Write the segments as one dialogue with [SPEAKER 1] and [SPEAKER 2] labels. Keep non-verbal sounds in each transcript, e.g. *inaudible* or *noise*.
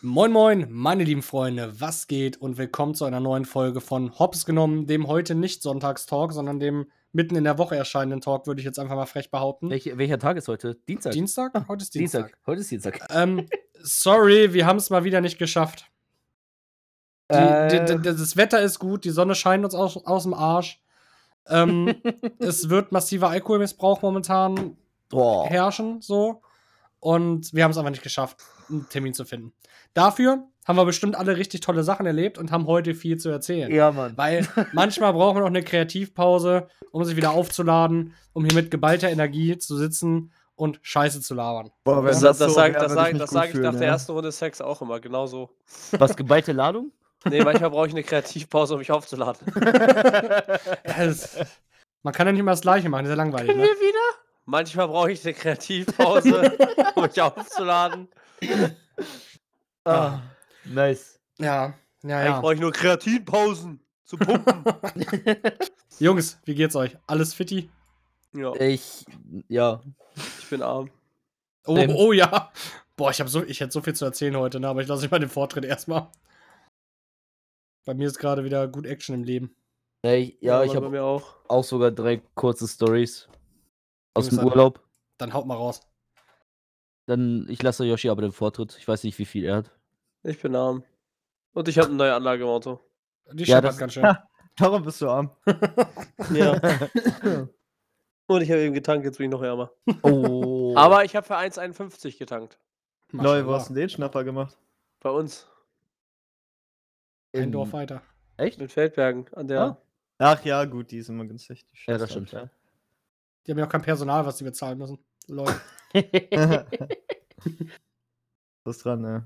[SPEAKER 1] Moin moin, meine lieben Freunde, was geht und willkommen zu einer neuen Folge von Hops genommen, dem heute nicht Sonntagstalk, sondern dem mitten in der Woche erscheinenden Talk, würde ich jetzt einfach mal frech behaupten.
[SPEAKER 2] Welche, welcher Tag ist heute? Dienstag.
[SPEAKER 1] Dienstag? Heute ist Hm? Dienstag.
[SPEAKER 2] Dienstag. Heute ist Dienstag.
[SPEAKER 1] Ähm, sorry, wir haben es mal wieder nicht geschafft. Die,
[SPEAKER 2] Äh.
[SPEAKER 1] die, die, das Wetter ist gut, die Sonne scheint uns aus, aus dem Arsch. Ähm, es wird massiver Alkoholmissbrauch momentan
[SPEAKER 2] Boah.
[SPEAKER 1] herrschen, so. Und wir haben es einfach nicht geschafft, einen Termin zu finden. Dafür haben wir bestimmt alle richtig tolle Sachen erlebt und haben heute viel zu erzählen.
[SPEAKER 2] Ja, Mann.
[SPEAKER 1] Weil manchmal braucht man auch eine Kreativpause, um sich wieder aufzuladen, um hier mit geballter Energie zu sitzen und Scheiße zu labern.
[SPEAKER 3] Boah,
[SPEAKER 4] Das,
[SPEAKER 3] wenn
[SPEAKER 4] das,
[SPEAKER 3] so
[SPEAKER 4] sage
[SPEAKER 3] wär,
[SPEAKER 4] das
[SPEAKER 3] würd
[SPEAKER 4] sag,
[SPEAKER 3] mich
[SPEAKER 4] das
[SPEAKER 3] gut
[SPEAKER 4] sag ich
[SPEAKER 3] fühlen,
[SPEAKER 4] nach der
[SPEAKER 3] ja.
[SPEAKER 4] ersten Runde Sex auch immer, genau so.
[SPEAKER 2] Was, geballte Ladung?
[SPEAKER 4] Nee, manchmal brauche ich eine Kreativpause, um mich aufzuladen.
[SPEAKER 1] Das, man kann ja nicht immer das Gleiche machen, das ist ja langweilig. Ne?
[SPEAKER 4] wieder? Manchmal brauche ich eine Kreativpause, um mich aufzuladen.
[SPEAKER 2] Ah, nice.
[SPEAKER 1] Ja, Ah, ja,
[SPEAKER 4] Eigentlich
[SPEAKER 1] ja.
[SPEAKER 4] brauche ich nur Kreativpausen zu pumpen.
[SPEAKER 1] Jungs, wie geht's euch? Alles fitti?
[SPEAKER 4] ja,
[SPEAKER 2] Ich, ja.
[SPEAKER 4] ich bin arm.
[SPEAKER 1] Oh,
[SPEAKER 2] Ähm.
[SPEAKER 1] oh ja. Boah, ich, hab so, ich hätte so viel zu erzählen heute, ne? aber ich lasse mich mal den Vortritt erstmal. Bei mir ist gerade wieder gut Action im Leben.
[SPEAKER 2] Ja, ich, ja, ich
[SPEAKER 4] aber bei
[SPEAKER 2] habe
[SPEAKER 4] mir auch.
[SPEAKER 2] auch sogar drei kurze Stories aus dem
[SPEAKER 1] Jungs,
[SPEAKER 2] Urlaub.
[SPEAKER 1] Dann haut mal raus.
[SPEAKER 2] Dann, ich lasse Yoshi aber den Vortritt. Ich weiß nicht, wie viel er hat.
[SPEAKER 4] Ich bin arm. Und ich habe eine neue Anlage im Auto.
[SPEAKER 1] Die
[SPEAKER 2] Ja,
[SPEAKER 1] scheppert
[SPEAKER 2] das-
[SPEAKER 4] *laughs*
[SPEAKER 1] ganz schön.
[SPEAKER 3] Darum bist du arm.
[SPEAKER 4] Ja. Und ich habe eben getankt, jetzt bin ich noch ärmer.
[SPEAKER 2] *laughs* Oh.
[SPEAKER 4] Aber ich habe für 1,51 getankt.
[SPEAKER 3] Neu, wo hast du denn den Schnapper gemacht?
[SPEAKER 4] Bei uns,
[SPEAKER 1] Ein
[SPEAKER 2] in-
[SPEAKER 1] Dorf weiter.
[SPEAKER 2] Echt?
[SPEAKER 4] in Feldbergen, an der.
[SPEAKER 2] Ah.
[SPEAKER 3] Ach ja, gut, die ist immer günstig. die
[SPEAKER 2] Ja, das
[SPEAKER 3] Scheiße,
[SPEAKER 2] stimmt.
[SPEAKER 3] Alter.
[SPEAKER 1] Die haben ja auch kein Personal, was die bezahlen müssen. Leute.
[SPEAKER 3] *laughs* Was dran, ne?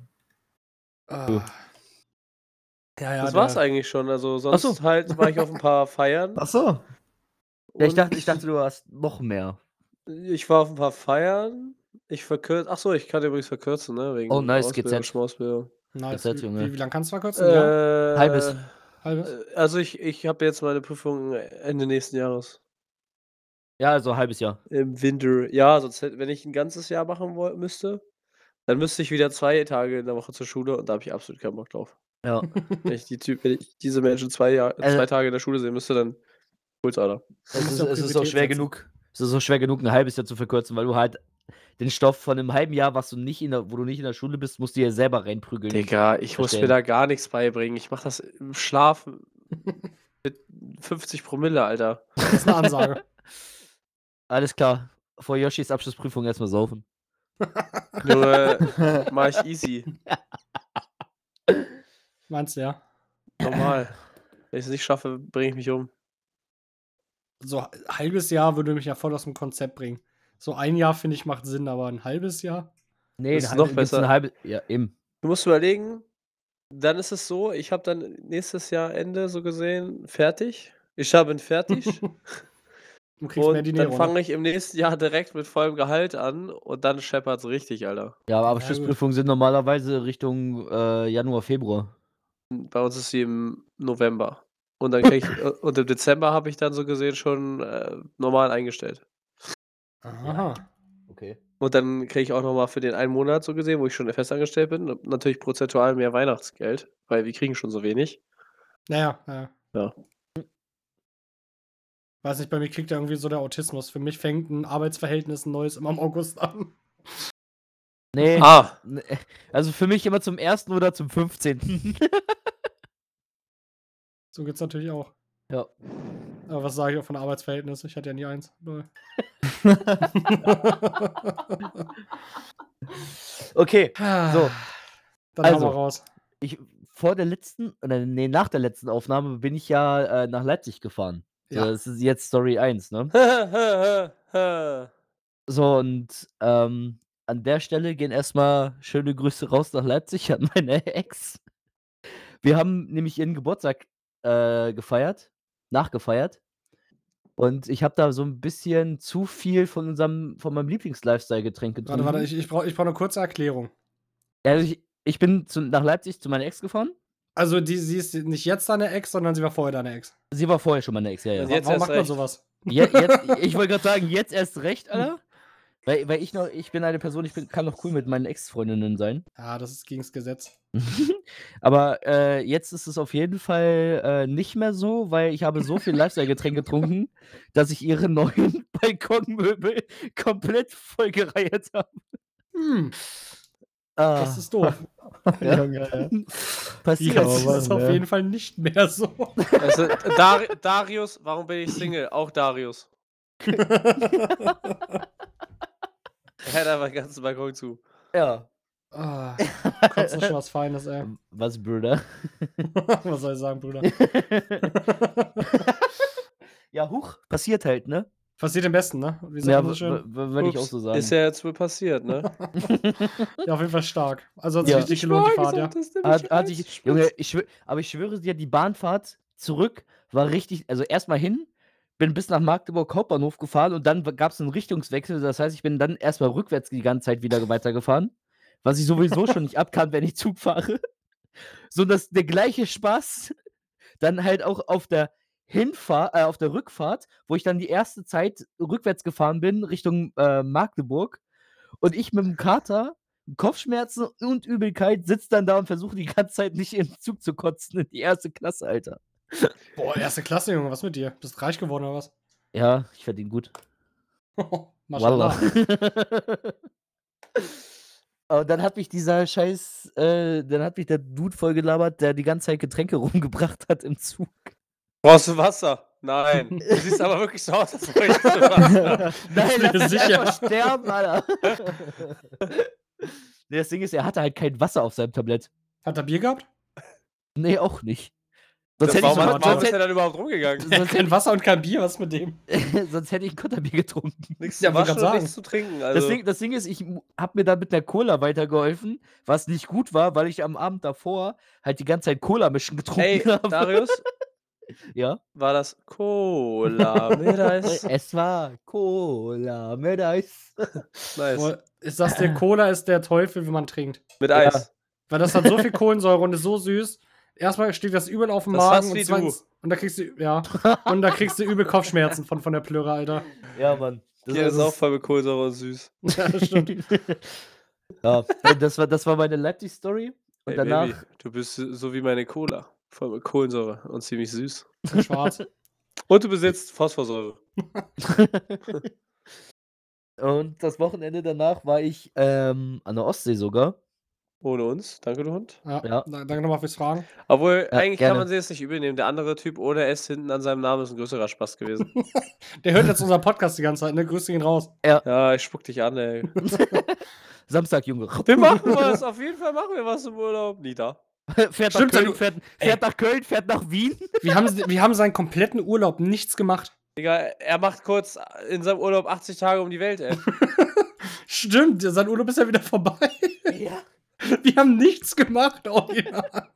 [SPEAKER 1] Ah. Ja, ja,
[SPEAKER 4] das
[SPEAKER 1] der-
[SPEAKER 4] war's eigentlich schon. Also sonst
[SPEAKER 2] so.
[SPEAKER 4] halt war ich auf ein paar Feiern.
[SPEAKER 3] Ach so.
[SPEAKER 2] ja, ich,
[SPEAKER 4] und-
[SPEAKER 2] dachte, ich dachte, du hast noch mehr.
[SPEAKER 4] Ich war auf ein paar Feiern. Ich verkürze. Achso, ich kann übrigens verkürzen, ne? Wegen
[SPEAKER 2] Oh, nice,
[SPEAKER 4] Ausbildung,
[SPEAKER 2] GZ.
[SPEAKER 4] Schmausbildung.
[SPEAKER 1] Nice.
[SPEAKER 2] Das hat Junge.
[SPEAKER 1] Wie, wie lange kannst du verkürzen? Ja,
[SPEAKER 4] Äh,
[SPEAKER 2] Halbes.
[SPEAKER 1] halbes?
[SPEAKER 4] äh, Also ich, ich habe jetzt meine Prüfung Ende nächsten Jahres.
[SPEAKER 2] Ja, also ein halbes Jahr.
[SPEAKER 4] Im Winter. Ja, sonst hätte, wenn ich ein ganzes Jahr machen woll, müsste, dann müsste ich wieder zwei Tage in der Woche zur Schule und da habe ich absolut keinen Bock drauf.
[SPEAKER 2] Ja.
[SPEAKER 4] Wenn ich, die Typ, wenn ich diese Menschen zwei, Jahr,
[SPEAKER 2] Also-
[SPEAKER 4] zwei Tage in der Schule sehen müsste, dann holt's Alter.
[SPEAKER 2] Es
[SPEAKER 1] musst
[SPEAKER 2] ist,
[SPEAKER 1] ja auch
[SPEAKER 2] es ist auch
[SPEAKER 1] Priorität
[SPEAKER 2] schwer
[SPEAKER 1] setzen.
[SPEAKER 2] genug. Es ist auch schwer genug, ein halbes Jahr zu verkürzen, weil du halt den Stoff von einem halben Jahr, was du nicht in der, wo du nicht in der Schule bist, musst du dir selber reinprügeln.
[SPEAKER 4] Digga, ich muss mir
[SPEAKER 2] Verstehen.
[SPEAKER 4] da gar nichts beibringen. Ich mache das im Schlaf mit 50 Promille, Alter.
[SPEAKER 1] Das ist eine
[SPEAKER 4] *laughs*
[SPEAKER 1] Ansage.
[SPEAKER 2] Alles klar. Vor Yoshis Abschlussprüfung erstmal saufen.
[SPEAKER 4] Nur mach ich easy.
[SPEAKER 1] Meinst du, ja?
[SPEAKER 4] Normal. Wenn ich es nicht schaffe, bringe ich mich um.
[SPEAKER 1] So ein halbes Jahr würde mich ja voll aus dem Konzept bringen. So ein Jahr, finde ich, macht Sinn, aber ein halbes Jahr?
[SPEAKER 2] Nee, ein
[SPEAKER 4] Das ist noch
[SPEAKER 2] halbes- gibt's
[SPEAKER 4] besser.
[SPEAKER 2] Ein halbe, ja, eben.
[SPEAKER 4] Du musst überlegen, dann ist es so, ich habe dann nächstes Jahr Ende so gesehen fertig. Ich habe ihn fertig.
[SPEAKER 1] Du kriegst mehr
[SPEAKER 4] und
[SPEAKER 1] Dinero.
[SPEAKER 4] dann
[SPEAKER 1] ne?
[SPEAKER 4] fange ich im nächsten Jahr direkt mit vollem Gehalt an und dann scheppert's richtig, Alter.
[SPEAKER 2] Ja, aber
[SPEAKER 1] Ja, gut.
[SPEAKER 2] Abschlussprüfungen sind normalerweise Richtung äh, Januar, Februar.
[SPEAKER 4] Bei uns ist sie im November. Und dann krieg ich, äh, und im Dezember habe ich dann so gesehen schon äh, normal eingestellt.
[SPEAKER 1] Aha.
[SPEAKER 2] Okay.
[SPEAKER 4] Und dann kriege ich auch nochmal für den einen Monat so gesehen, wo ich schon festangestellt bin, natürlich prozentual mehr Weihnachtsgeld, weil wir kriegen schon so wenig.
[SPEAKER 1] *laughs* Naja, naja.
[SPEAKER 4] Ja.
[SPEAKER 1] Weiß nicht, bei mir kriegt ja irgendwie so der Autismus. Für mich fängt ein Arbeitsverhältnis ein neues immer im August an. *laughs*
[SPEAKER 2] Nee.
[SPEAKER 4] Ah,
[SPEAKER 2] nee, *laughs* Also für mich immer zum 1. oder zum 15.
[SPEAKER 1] So geht's natürlich auch.
[SPEAKER 2] Ja.
[SPEAKER 1] Aber was sage ich auch von Arbeitsverhältnis? Ich hatte ja nie eins. Lol.
[SPEAKER 2] *laughs*
[SPEAKER 1] *laughs*
[SPEAKER 2] okay.
[SPEAKER 1] Dann
[SPEAKER 2] So. Also.
[SPEAKER 1] haben wir raus.
[SPEAKER 2] Ich, vor der letzten, oder nee, nach der letzten Aufnahme bin ich ja äh, nach Leipzig gefahren.
[SPEAKER 1] Ja.
[SPEAKER 2] So, das ist jetzt Story 1, ne?
[SPEAKER 4] Grüße
[SPEAKER 2] So, und ähm, an der Stelle gehen erstmal schöne Grüße raus nach Leipzig an meine *laughs* Ex. Wir haben nämlich ihren Geburtstag äh, gefeiert, nachgefeiert. Und ich habe da so ein bisschen zu viel von unserem, von meinem Lieblings-Lifestyle-Getränk getrunken.
[SPEAKER 1] Warte, warte, ich, ich brauche ich brauch eine kurze Erklärung.
[SPEAKER 2] also ich, ich bin zu, nach Leipzig zu meiner Ex gefahren.
[SPEAKER 1] Also, die, sie ist nicht jetzt deine Ex, sondern sie war vorher deine Ex.
[SPEAKER 2] Sie war vorher schon meine Ex, ja, ja.
[SPEAKER 4] Also Jetzt
[SPEAKER 1] Warum
[SPEAKER 4] erst
[SPEAKER 1] macht man
[SPEAKER 4] recht.
[SPEAKER 1] sowas?
[SPEAKER 2] Je, jetzt, ich wollte gerade sagen, jetzt erst recht, Alter. Weil, weil ich noch, ich bin eine Person, ich bin, kann noch cool mit meinen Ex-Freundinnen sein.
[SPEAKER 1] Ah, das ist gegens Gesetz.
[SPEAKER 2] Aber äh, jetzt ist es auf jeden Fall äh, nicht mehr so, weil ich habe so viel Lifestyle-Getränk getrunken, dass ich ihre *laughs* neuen Balkonmöbel komplett vollgereiert habe.
[SPEAKER 1] Hm,
[SPEAKER 2] Ah,
[SPEAKER 1] das ist doof.
[SPEAKER 2] Ja.
[SPEAKER 3] Junge, *laughs* *laughs* ja.
[SPEAKER 2] passiert.
[SPEAKER 3] Ah. Ja,
[SPEAKER 1] Das
[SPEAKER 3] aber
[SPEAKER 1] ist
[SPEAKER 3] Mann,
[SPEAKER 1] auf
[SPEAKER 3] ja.
[SPEAKER 1] jeden Fall nicht mehr so.
[SPEAKER 4] Also, Dar Darius, warum bin ich Single?
[SPEAKER 2] *laughs*
[SPEAKER 4] Auch Darius. er hat einfach den ganzen Balkon zu.
[SPEAKER 2] Ja.
[SPEAKER 1] Ah, kotzt doch schon was Feines, ey.
[SPEAKER 2] Was, Bruder?
[SPEAKER 1] *laughs* was soll ich sagen, Bruder?
[SPEAKER 2] ja, huch, passiert halt, ne?
[SPEAKER 1] Passiert am besten, ne? Wie sagt
[SPEAKER 2] Ja,
[SPEAKER 1] man so
[SPEAKER 2] w-
[SPEAKER 1] schön?
[SPEAKER 2] w- würde ich auch
[SPEAKER 4] Ups,
[SPEAKER 2] so sagen.
[SPEAKER 4] Ist ja jetzt wohl passiert, ne?
[SPEAKER 1] Ja, auf jeden Fall stark. Also hat sich
[SPEAKER 2] Ja.
[SPEAKER 1] richtig gelohnt, die Fahrt, ja.
[SPEAKER 2] hat, hat ich, Junge, ich schwö- aber ich schwöre dir, die Bahnfahrt zurück war richtig, also erstmal hin, bin bis nach Magdeburg Hauptbahnhof gefahren und dann gab es einen Richtungswechsel, das heißt, ich bin dann erstmal rückwärts die ganze Zeit wieder weitergefahren, was ich sowieso schon nicht abkann, wenn ich Zug fahre. *laughs* So dass der gleiche Spaß dann halt auch auf der Hinfahrt, äh, auf der Rückfahrt, wo ich dann die erste Zeit rückwärts gefahren bin, Richtung äh, Magdeburg und ich mit dem Kater Kopfschmerzen und Übelkeit, sitzt dann da und versucht die ganze Zeit nicht im Zug zu kotzen in die erste Klasse, Alter.
[SPEAKER 1] Boah, erste Klasse, Junge, was mit dir? Bist reich geworden oder was? *laughs*
[SPEAKER 2] Ja, ich verdiene gut. Wallah.
[SPEAKER 1] Mashallah.
[SPEAKER 2] *laughs* Und dann hat mich dieser Scheiß, äh, dann hat mich der Dude vollgelabert, der die ganze Zeit Getränke *laughs* rumgebracht hat im Zug.
[SPEAKER 4] Brauchst du Wasser?
[SPEAKER 2] *laughs*
[SPEAKER 4] Nein. Du siehst aber wirklich so aus, als bräuchst du Wasser.
[SPEAKER 2] Nein,
[SPEAKER 1] bin
[SPEAKER 2] lass mich
[SPEAKER 1] sicher.
[SPEAKER 2] einfach sterben, Alter. nee, das Ding ist, er hatte halt kein Wasser auf seinem Tablett.
[SPEAKER 1] Hat er Bier gehabt?
[SPEAKER 2] Nee, auch nicht. Sonst
[SPEAKER 4] Das
[SPEAKER 2] hätte ich,
[SPEAKER 4] warum,
[SPEAKER 1] so-
[SPEAKER 2] sogar-
[SPEAKER 4] hat- warum
[SPEAKER 2] sonst
[SPEAKER 4] ist er
[SPEAKER 2] hätte,
[SPEAKER 4] dann überhaupt
[SPEAKER 2] *laughs*
[SPEAKER 4] rumgegangen?
[SPEAKER 2] sonst hätte
[SPEAKER 1] Also Kein Wasser und kein Bier, was ist mit dem?
[SPEAKER 2] *laughs* sonst hätte ich ein Kutterbier getrunken.
[SPEAKER 4] Nichts
[SPEAKER 1] Ja,
[SPEAKER 4] zu
[SPEAKER 1] wollte
[SPEAKER 4] waschen
[SPEAKER 1] grad
[SPEAKER 4] und
[SPEAKER 1] sagen.
[SPEAKER 4] nichts zu trinken.
[SPEAKER 2] Das
[SPEAKER 4] Also.
[SPEAKER 2] Ding, das Ding ist, ich habe mir dann mit einer Cola weitergeholfen, was nicht gut war, weil ich am Abend davor halt die ganze Zeit Cola-Mischen getrunken *laughs*
[SPEAKER 4] Ey,
[SPEAKER 2] habe.
[SPEAKER 4] Darius,
[SPEAKER 2] ja.
[SPEAKER 4] war das
[SPEAKER 2] *laughs*
[SPEAKER 4] Cola? Mittags?
[SPEAKER 2] Es war Cola mit Eis.
[SPEAKER 4] Nice.
[SPEAKER 1] Boah, ich sag's dir, Cola ist der Teufel, wenn man trinkt.
[SPEAKER 4] Mit Eis.
[SPEAKER 1] Weil das hat so
[SPEAKER 2] *laughs*
[SPEAKER 1] viel Kohlensäure und ist so süß. Erstmal steht das übel auf dem
[SPEAKER 4] Das ist
[SPEAKER 1] Magen
[SPEAKER 4] fast
[SPEAKER 1] und
[SPEAKER 4] wie
[SPEAKER 1] zweitens, und da kriegst du ja und da kriegst du übel Kopfschmerzen von, von der Plöre,
[SPEAKER 2] *laughs*
[SPEAKER 1] Alter.
[SPEAKER 2] Ja, Mann. Das,
[SPEAKER 4] Hier ist
[SPEAKER 2] *laughs*
[SPEAKER 4] auch
[SPEAKER 2] das,
[SPEAKER 4] voll mit Kohlensäure und süß.
[SPEAKER 1] Ja, das stimmt.
[SPEAKER 2] ja, ey, das, war, das war meine Leipzig-Story. Und
[SPEAKER 4] Hey,
[SPEAKER 2] danach.
[SPEAKER 4] Baby, du bist so wie meine Cola. Voll mit Kohlensäure und ziemlich süß.
[SPEAKER 1] Ist Schwarz.
[SPEAKER 4] Und du besitzt Phosphorsäure.
[SPEAKER 2] und das Wochenende danach war ich ähm, an der Ostsee sogar.
[SPEAKER 4] Ohne uns. Danke, du Hund.
[SPEAKER 1] Ja.
[SPEAKER 2] Ja.
[SPEAKER 1] da- Danke nochmal fürs Fragen.
[SPEAKER 4] Obwohl,
[SPEAKER 2] Ja,
[SPEAKER 4] eigentlich
[SPEAKER 2] gerne.
[SPEAKER 4] kann man sie jetzt nicht übel nehmen. Der andere Typ ohne S hinten an seinem Namen ist ein größerer
[SPEAKER 2] *laughs*
[SPEAKER 4] Spaß gewesen.
[SPEAKER 1] Der hört jetzt unseren Podcast die ganze Zeit, ne? Grüße ihn raus.
[SPEAKER 4] ja, ich spuck dich an, ey.
[SPEAKER 2] Samstag, Junge. *laughs*
[SPEAKER 4] Wir machen was. Auf jeden Fall machen wir was im Urlaub. Nie da.
[SPEAKER 2] fährt, nach
[SPEAKER 1] Stimmt,
[SPEAKER 2] Köln,
[SPEAKER 1] du-
[SPEAKER 2] fährt,
[SPEAKER 1] ey.
[SPEAKER 2] fährt nach Köln, fährt nach Wien.
[SPEAKER 1] Wir haben, wir haben seinen kompletten Urlaub nichts gemacht.
[SPEAKER 4] Digga, er macht kurz in seinem Urlaub 80 Tage um die Welt, ey.
[SPEAKER 1] Stimmt, sein Urlaub ist ja wieder vorbei.
[SPEAKER 2] Ja.
[SPEAKER 1] Wir haben nichts gemacht. oh original.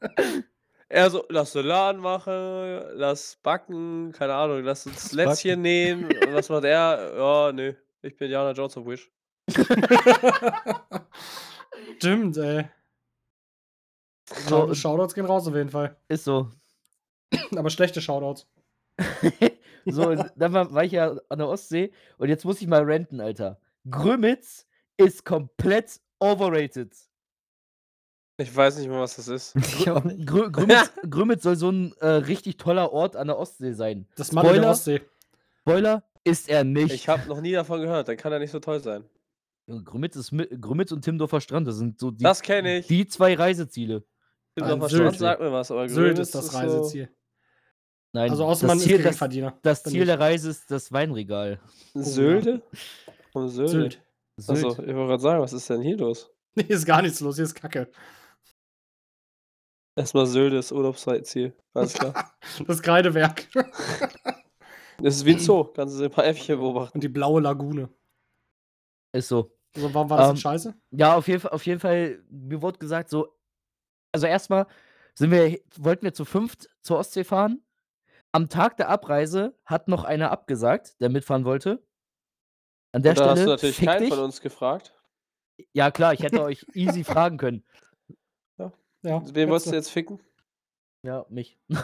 [SPEAKER 4] Er so, lass Salat machen, lass backen, keine Ahnung, lass uns Lätzchen nähen. Und Was macht er? Ja, nö. Ich bin Jana Jones of Wish.
[SPEAKER 1] Stimmt, ey.
[SPEAKER 2] So,
[SPEAKER 1] Shoutouts gehen raus auf jeden Fall.
[SPEAKER 2] ist so.
[SPEAKER 1] Aber schlechte Shoutouts. *laughs*
[SPEAKER 2] so, und dann war, war ich ja an der Ostsee und jetzt muss ich mal renten, Alter. Grömitz ist komplett overrated.
[SPEAKER 4] Ich weiß nicht mal, was das ist.
[SPEAKER 3] Ich auch nicht.
[SPEAKER 1] *laughs*
[SPEAKER 2] Grö Grömitz, Grömitz soll so ein äh, richtig toller Ort an der Ostsee sein.
[SPEAKER 1] Das Mann in der
[SPEAKER 2] Spoiler?
[SPEAKER 1] Ostsee.
[SPEAKER 2] Spoiler ist er nicht.
[SPEAKER 4] Ich habe noch nie davon gehört, dann kann er nicht so toll sein.
[SPEAKER 2] Junge, Grömitz, ist, mi- Grömitz und Timdorfer Strand, das sind so die,
[SPEAKER 4] das kenne ich.
[SPEAKER 2] die zwei Reiseziele.
[SPEAKER 4] Tim
[SPEAKER 1] Ein
[SPEAKER 4] Dorfer
[SPEAKER 1] Sylt.
[SPEAKER 4] Strand sagt mir was, aber
[SPEAKER 1] Sylt
[SPEAKER 4] Grömitz
[SPEAKER 1] ist das Reiseziel.
[SPEAKER 2] Nein,
[SPEAKER 1] Also außer
[SPEAKER 2] das
[SPEAKER 1] man ist
[SPEAKER 2] Ziel, das,
[SPEAKER 1] Geringverdiener.
[SPEAKER 2] das
[SPEAKER 1] bin
[SPEAKER 2] Ziel
[SPEAKER 1] ich.
[SPEAKER 2] der Reise ist das Weinregal.
[SPEAKER 4] So. Sylde? Vom Sylde?
[SPEAKER 1] Sylt. *laughs*
[SPEAKER 2] Sylt.
[SPEAKER 1] Also
[SPEAKER 4] Achso, ich wollte gerade sagen, was ist denn hier los?
[SPEAKER 1] Nee, ist gar nichts los, hier ist Kacke.
[SPEAKER 4] Erstmal Sylde ist Urlaubsziel. Alles klar.
[SPEAKER 1] Das Kreidewerk
[SPEAKER 4] Das ist wie ein Zoo. Kannst du ein paar Äffchen beobachten.
[SPEAKER 1] und die blaue Lagune.
[SPEAKER 2] Ist so.
[SPEAKER 1] Also warum war das denn
[SPEAKER 2] Ähm,
[SPEAKER 1] scheiße?
[SPEAKER 2] Ja, auf jeden Fall, auf jeden Fall, mir wurde gesagt, so, also erstmal sind wir, wollten wir zu fünft zur Ostsee fahren. Am Tag der Abreise hat noch einer abgesagt, der mitfahren wollte. An der
[SPEAKER 4] Und da hast du
[SPEAKER 2] Stelle
[SPEAKER 4] natürlich
[SPEAKER 2] fick
[SPEAKER 4] keinen
[SPEAKER 2] dich.
[SPEAKER 4] von uns gefragt.
[SPEAKER 2] Ja, klar, ich
[SPEAKER 4] *laughs*
[SPEAKER 2] hätte euch easy fragen können.
[SPEAKER 1] Ja,
[SPEAKER 4] Wen wolltest du jetzt ficken?
[SPEAKER 2] Ja, mich.
[SPEAKER 4] Du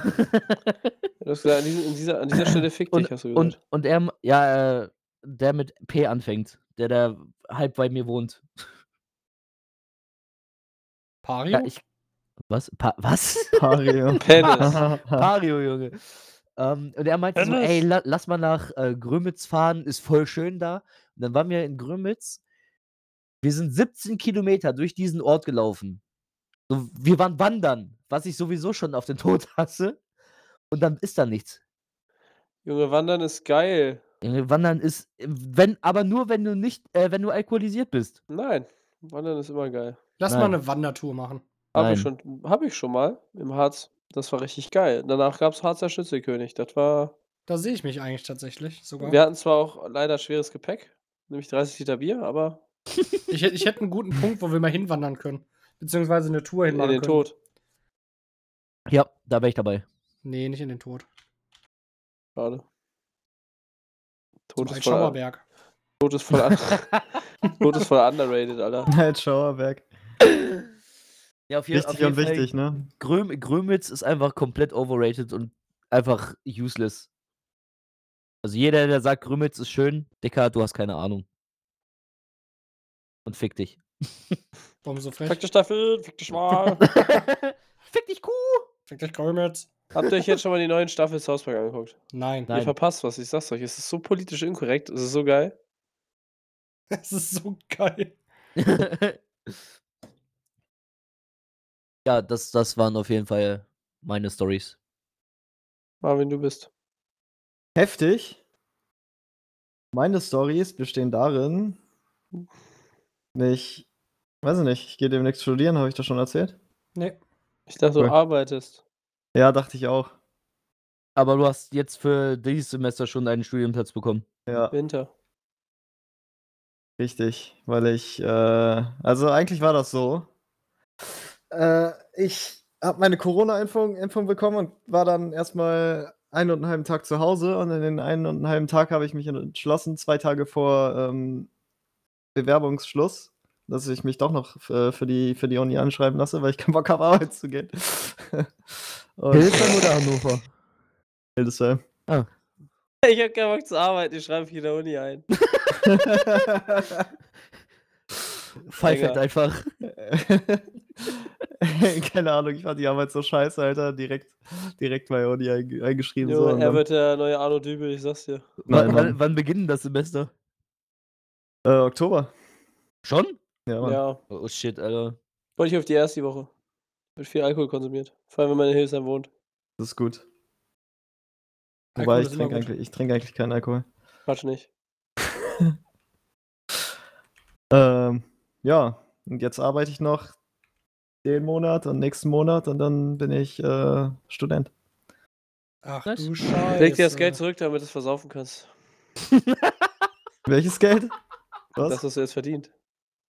[SPEAKER 4] hast gesagt, an, diesem- in dieser, an dieser Stelle fick dich, hast du gesagt.
[SPEAKER 2] Und, und er, m- ja, äh, der mit P anfängt. der da halb bei mir wohnt.
[SPEAKER 1] Pario?
[SPEAKER 2] Ja, ich. Was? Pa was?
[SPEAKER 3] Pario.
[SPEAKER 4] Penis.
[SPEAKER 2] Pario, Junge. Ähm, und er meinte so,
[SPEAKER 4] Dennis?
[SPEAKER 2] ey, la lass mal nach äh, Grömitz fahren, ist voll schön da. Und dann waren wir in Grömitz. Wir sind 17 Kilometer durch diesen Ort gelaufen. So, wir waren wandern, was ich sowieso schon *laughs* auf den Tod hasse. Und dann ist da nichts.
[SPEAKER 4] Junge, Wandern ist geil.
[SPEAKER 2] Junge, Wandern ist, äh, wenn, aber nur wenn du nicht, äh, wenn du alkoholisiert bist.
[SPEAKER 4] Nein, Wandern ist immer geil.
[SPEAKER 1] Lass
[SPEAKER 2] Nein.
[SPEAKER 1] mal eine Wandertour machen.
[SPEAKER 4] Habe
[SPEAKER 2] Nein.
[SPEAKER 4] ich, schon- hab ich schon mal im Harz. Das war richtig geil. Danach gab es Harzer Schützekönig. Das war.
[SPEAKER 1] Da sehe ich mich eigentlich tatsächlich sogar.
[SPEAKER 4] Wir hatten zwar auch leider schweres Gepäck, nämlich 30 Liter Bier, aber
[SPEAKER 1] Ich, hätt- ich hätte einen guten Punkt, wo wir mal hinwandern können. Beziehungsweise eine Tour
[SPEAKER 4] in
[SPEAKER 1] hinmachen
[SPEAKER 4] den
[SPEAKER 1] können.
[SPEAKER 4] Tod.
[SPEAKER 2] Ja, da wäre ich dabei.
[SPEAKER 1] Nee, nicht in den Tod.
[SPEAKER 4] Schade. Tod
[SPEAKER 1] Zum
[SPEAKER 4] ist, voll,
[SPEAKER 1] Schauerberg.
[SPEAKER 4] Tod, ist voll un- Tod ist voll underrated, Alter.
[SPEAKER 3] *laughs* Halt Schauerberg.
[SPEAKER 2] Ja, auf, je- auf
[SPEAKER 3] Wichtig und wichtig, ne?
[SPEAKER 2] Gröm, Grömitz ist einfach komplett overrated und einfach useless. Also jeder, der sagt, Grömitz ist schön, Dicker, du hast keine Ahnung. Und fick dich.
[SPEAKER 1] Warum so frech?
[SPEAKER 4] Fick dich Staffel, fick dich mal.
[SPEAKER 2] *laughs* fick dich, Kuh!
[SPEAKER 1] Fick dich Grömitz.
[SPEAKER 4] Habt ihr euch jetzt schon mal die neuen Staffel South Park angeguckt?
[SPEAKER 1] Nein.
[SPEAKER 2] Nein.
[SPEAKER 4] Ihr verpasst was, ich sag's euch. Es ist so politisch inkorrekt, es ist so geil.
[SPEAKER 1] *laughs* Das ist so geil.
[SPEAKER 2] *laughs* ja, das, das waren auf jeden Fall meine Stories.
[SPEAKER 4] Marvin, du bist.
[SPEAKER 3] Heftig. Meine Stories bestehen darin, ich weiß ich nicht, ich gehe demnächst studieren, habe ich das schon erzählt?
[SPEAKER 1] Nee.
[SPEAKER 4] Ich dachte, du
[SPEAKER 3] Cool.
[SPEAKER 4] arbeitest.
[SPEAKER 3] Ja, dachte ich auch.
[SPEAKER 2] Aber du hast jetzt für dieses Semester schon einen Studienplatz bekommen.
[SPEAKER 3] Ja,
[SPEAKER 4] Winter.
[SPEAKER 3] richtig, weil ich, äh, also eigentlich war das so. Äh, ich habe meine Corona-Impfung Impfung bekommen und war dann erstmal einen und einen halben Tag zu Hause und in den einen und einen halben Tag habe ich mich entschlossen, zwei Tage vor ähm, Bewerbungsschluss, dass ich mich doch noch äh, für, für, die, für die Uni anschreiben lasse, weil ich keinen *laughs* Bock habe, Arbeit zu gehen. Und-
[SPEAKER 2] Hilfe oder Hannover?
[SPEAKER 3] Hildesheim.
[SPEAKER 4] *laughs*
[SPEAKER 3] *laughs*
[SPEAKER 4] Ich hab keinen Bock zu arbeiten, ich schreibe mich in der Uni ein.
[SPEAKER 2] Pfeife halt
[SPEAKER 4] Digga.
[SPEAKER 2] einfach.
[SPEAKER 3] Äh, *laughs* Keine Ahnung, ich fand die Arbeit so scheiße, Alter. Direkt, direkt bei Uni einge- eingeschrieben. so,
[SPEAKER 4] Junge,
[SPEAKER 3] und
[SPEAKER 4] er
[SPEAKER 3] dann-
[SPEAKER 4] wird der neue Arno Dübel, ich sag's dir.
[SPEAKER 2] Wann,
[SPEAKER 3] Nein,
[SPEAKER 2] wann, wann beginnt denn das Semester?
[SPEAKER 3] äh, Oktober.
[SPEAKER 2] Schon?
[SPEAKER 3] Ja, Mann.
[SPEAKER 4] Ja.
[SPEAKER 2] Oh shit, Alter.
[SPEAKER 4] Wollte ich auf die erste Woche. Wird viel Alkohol konsumiert. Vor allem, wenn man in Hilsheim wohnt.
[SPEAKER 3] das ist gut.
[SPEAKER 1] Alkohol
[SPEAKER 3] Wobei ich
[SPEAKER 1] ist immer
[SPEAKER 3] trinke
[SPEAKER 1] gut.
[SPEAKER 3] eigentlich, ich trinke eigentlich keinen Alkohol.
[SPEAKER 4] Quatsch nicht.
[SPEAKER 3] Ähm, ja, und jetzt arbeite ich noch den Monat und nächsten Monat und dann bin ich äh, Student.
[SPEAKER 1] Ach
[SPEAKER 2] Was?
[SPEAKER 1] du Scheiße.
[SPEAKER 4] Leg dir das
[SPEAKER 3] äh,
[SPEAKER 4] Geld zurück, damit du es versaufen kannst.
[SPEAKER 3] Welches
[SPEAKER 4] *laughs*
[SPEAKER 3] Geld?
[SPEAKER 4] Das
[SPEAKER 3] Was?
[SPEAKER 4] hast du jetzt verdient. Du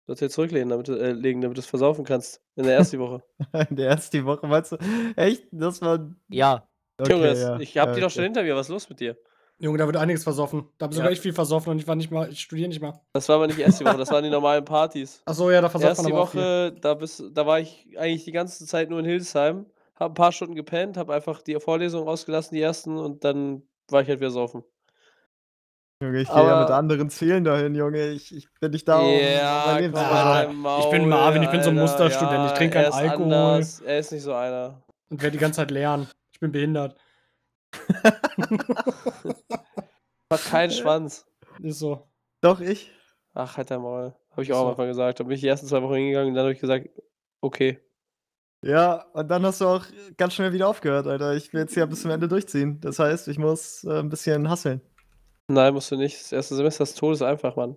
[SPEAKER 4] sollst dir zurücklegen, damit du, äh, legen, damit du es versaufen kannst. In der
[SPEAKER 3] *laughs*
[SPEAKER 4] ersten Woche.
[SPEAKER 3] *laughs* Der erste die Woche, meinst du? Echt? Das war.
[SPEAKER 2] Ja.
[SPEAKER 4] Junge, das,
[SPEAKER 3] ja,
[SPEAKER 4] ich hab
[SPEAKER 3] ja,
[SPEAKER 4] die doch
[SPEAKER 3] okay.
[SPEAKER 4] schon hinter mir. Was ist los mit dir?
[SPEAKER 1] Junge, da wird einiges versoffen. Da habe
[SPEAKER 4] Ja.
[SPEAKER 1] sogar ich viel versoffen und ich war nicht mal, ich studiere nicht mal.
[SPEAKER 4] Das war aber nicht erste Woche, das waren die normalen Partys.
[SPEAKER 1] Achso, ja, da versorgt
[SPEAKER 4] Erste
[SPEAKER 1] man aber auch viel.
[SPEAKER 4] Woche, da, bist, da war ich eigentlich die ganze Zeit nur in Hildesheim, hab ein paar Stunden gepennt, hab einfach die Vorlesungen ausgelassen, die ersten, und dann war ich halt wieder saufen.
[SPEAKER 3] Junge, ich gehe ja mit
[SPEAKER 4] Aber-
[SPEAKER 3] anderen Zielen dahin, Junge. Ich, ich bin nicht da. um mein Leben zu
[SPEAKER 1] komm,
[SPEAKER 3] versauen.
[SPEAKER 1] Alter. Ich bin Marvin, ich bin so ein Musterstudent, ich trinke keinen
[SPEAKER 4] er ist
[SPEAKER 1] Alkohol.
[SPEAKER 4] Anders, er ist nicht so einer.
[SPEAKER 1] Und werde die ganze Zeit lernen. Ich bin behindert.
[SPEAKER 4] Hat keinen *laughs* Schwanz.
[SPEAKER 1] Ist so.
[SPEAKER 3] Doch, ich.
[SPEAKER 4] Ach, halt dein Maul. Habe ich auch
[SPEAKER 1] So.
[SPEAKER 4] am Anfang gesagt. Da bin ich die ersten zwei Wochen hingegangen und dann habe ich gesagt, okay.
[SPEAKER 3] Ja, und dann hast du auch ganz schnell wieder aufgehört, Alter. Ich will jetzt hier bis zum Ende durchziehen. Das heißt, ich muss äh, ein bisschen hasseln.
[SPEAKER 4] Nein, musst du nicht. Das erste Semester ist todeseinfach, Mann.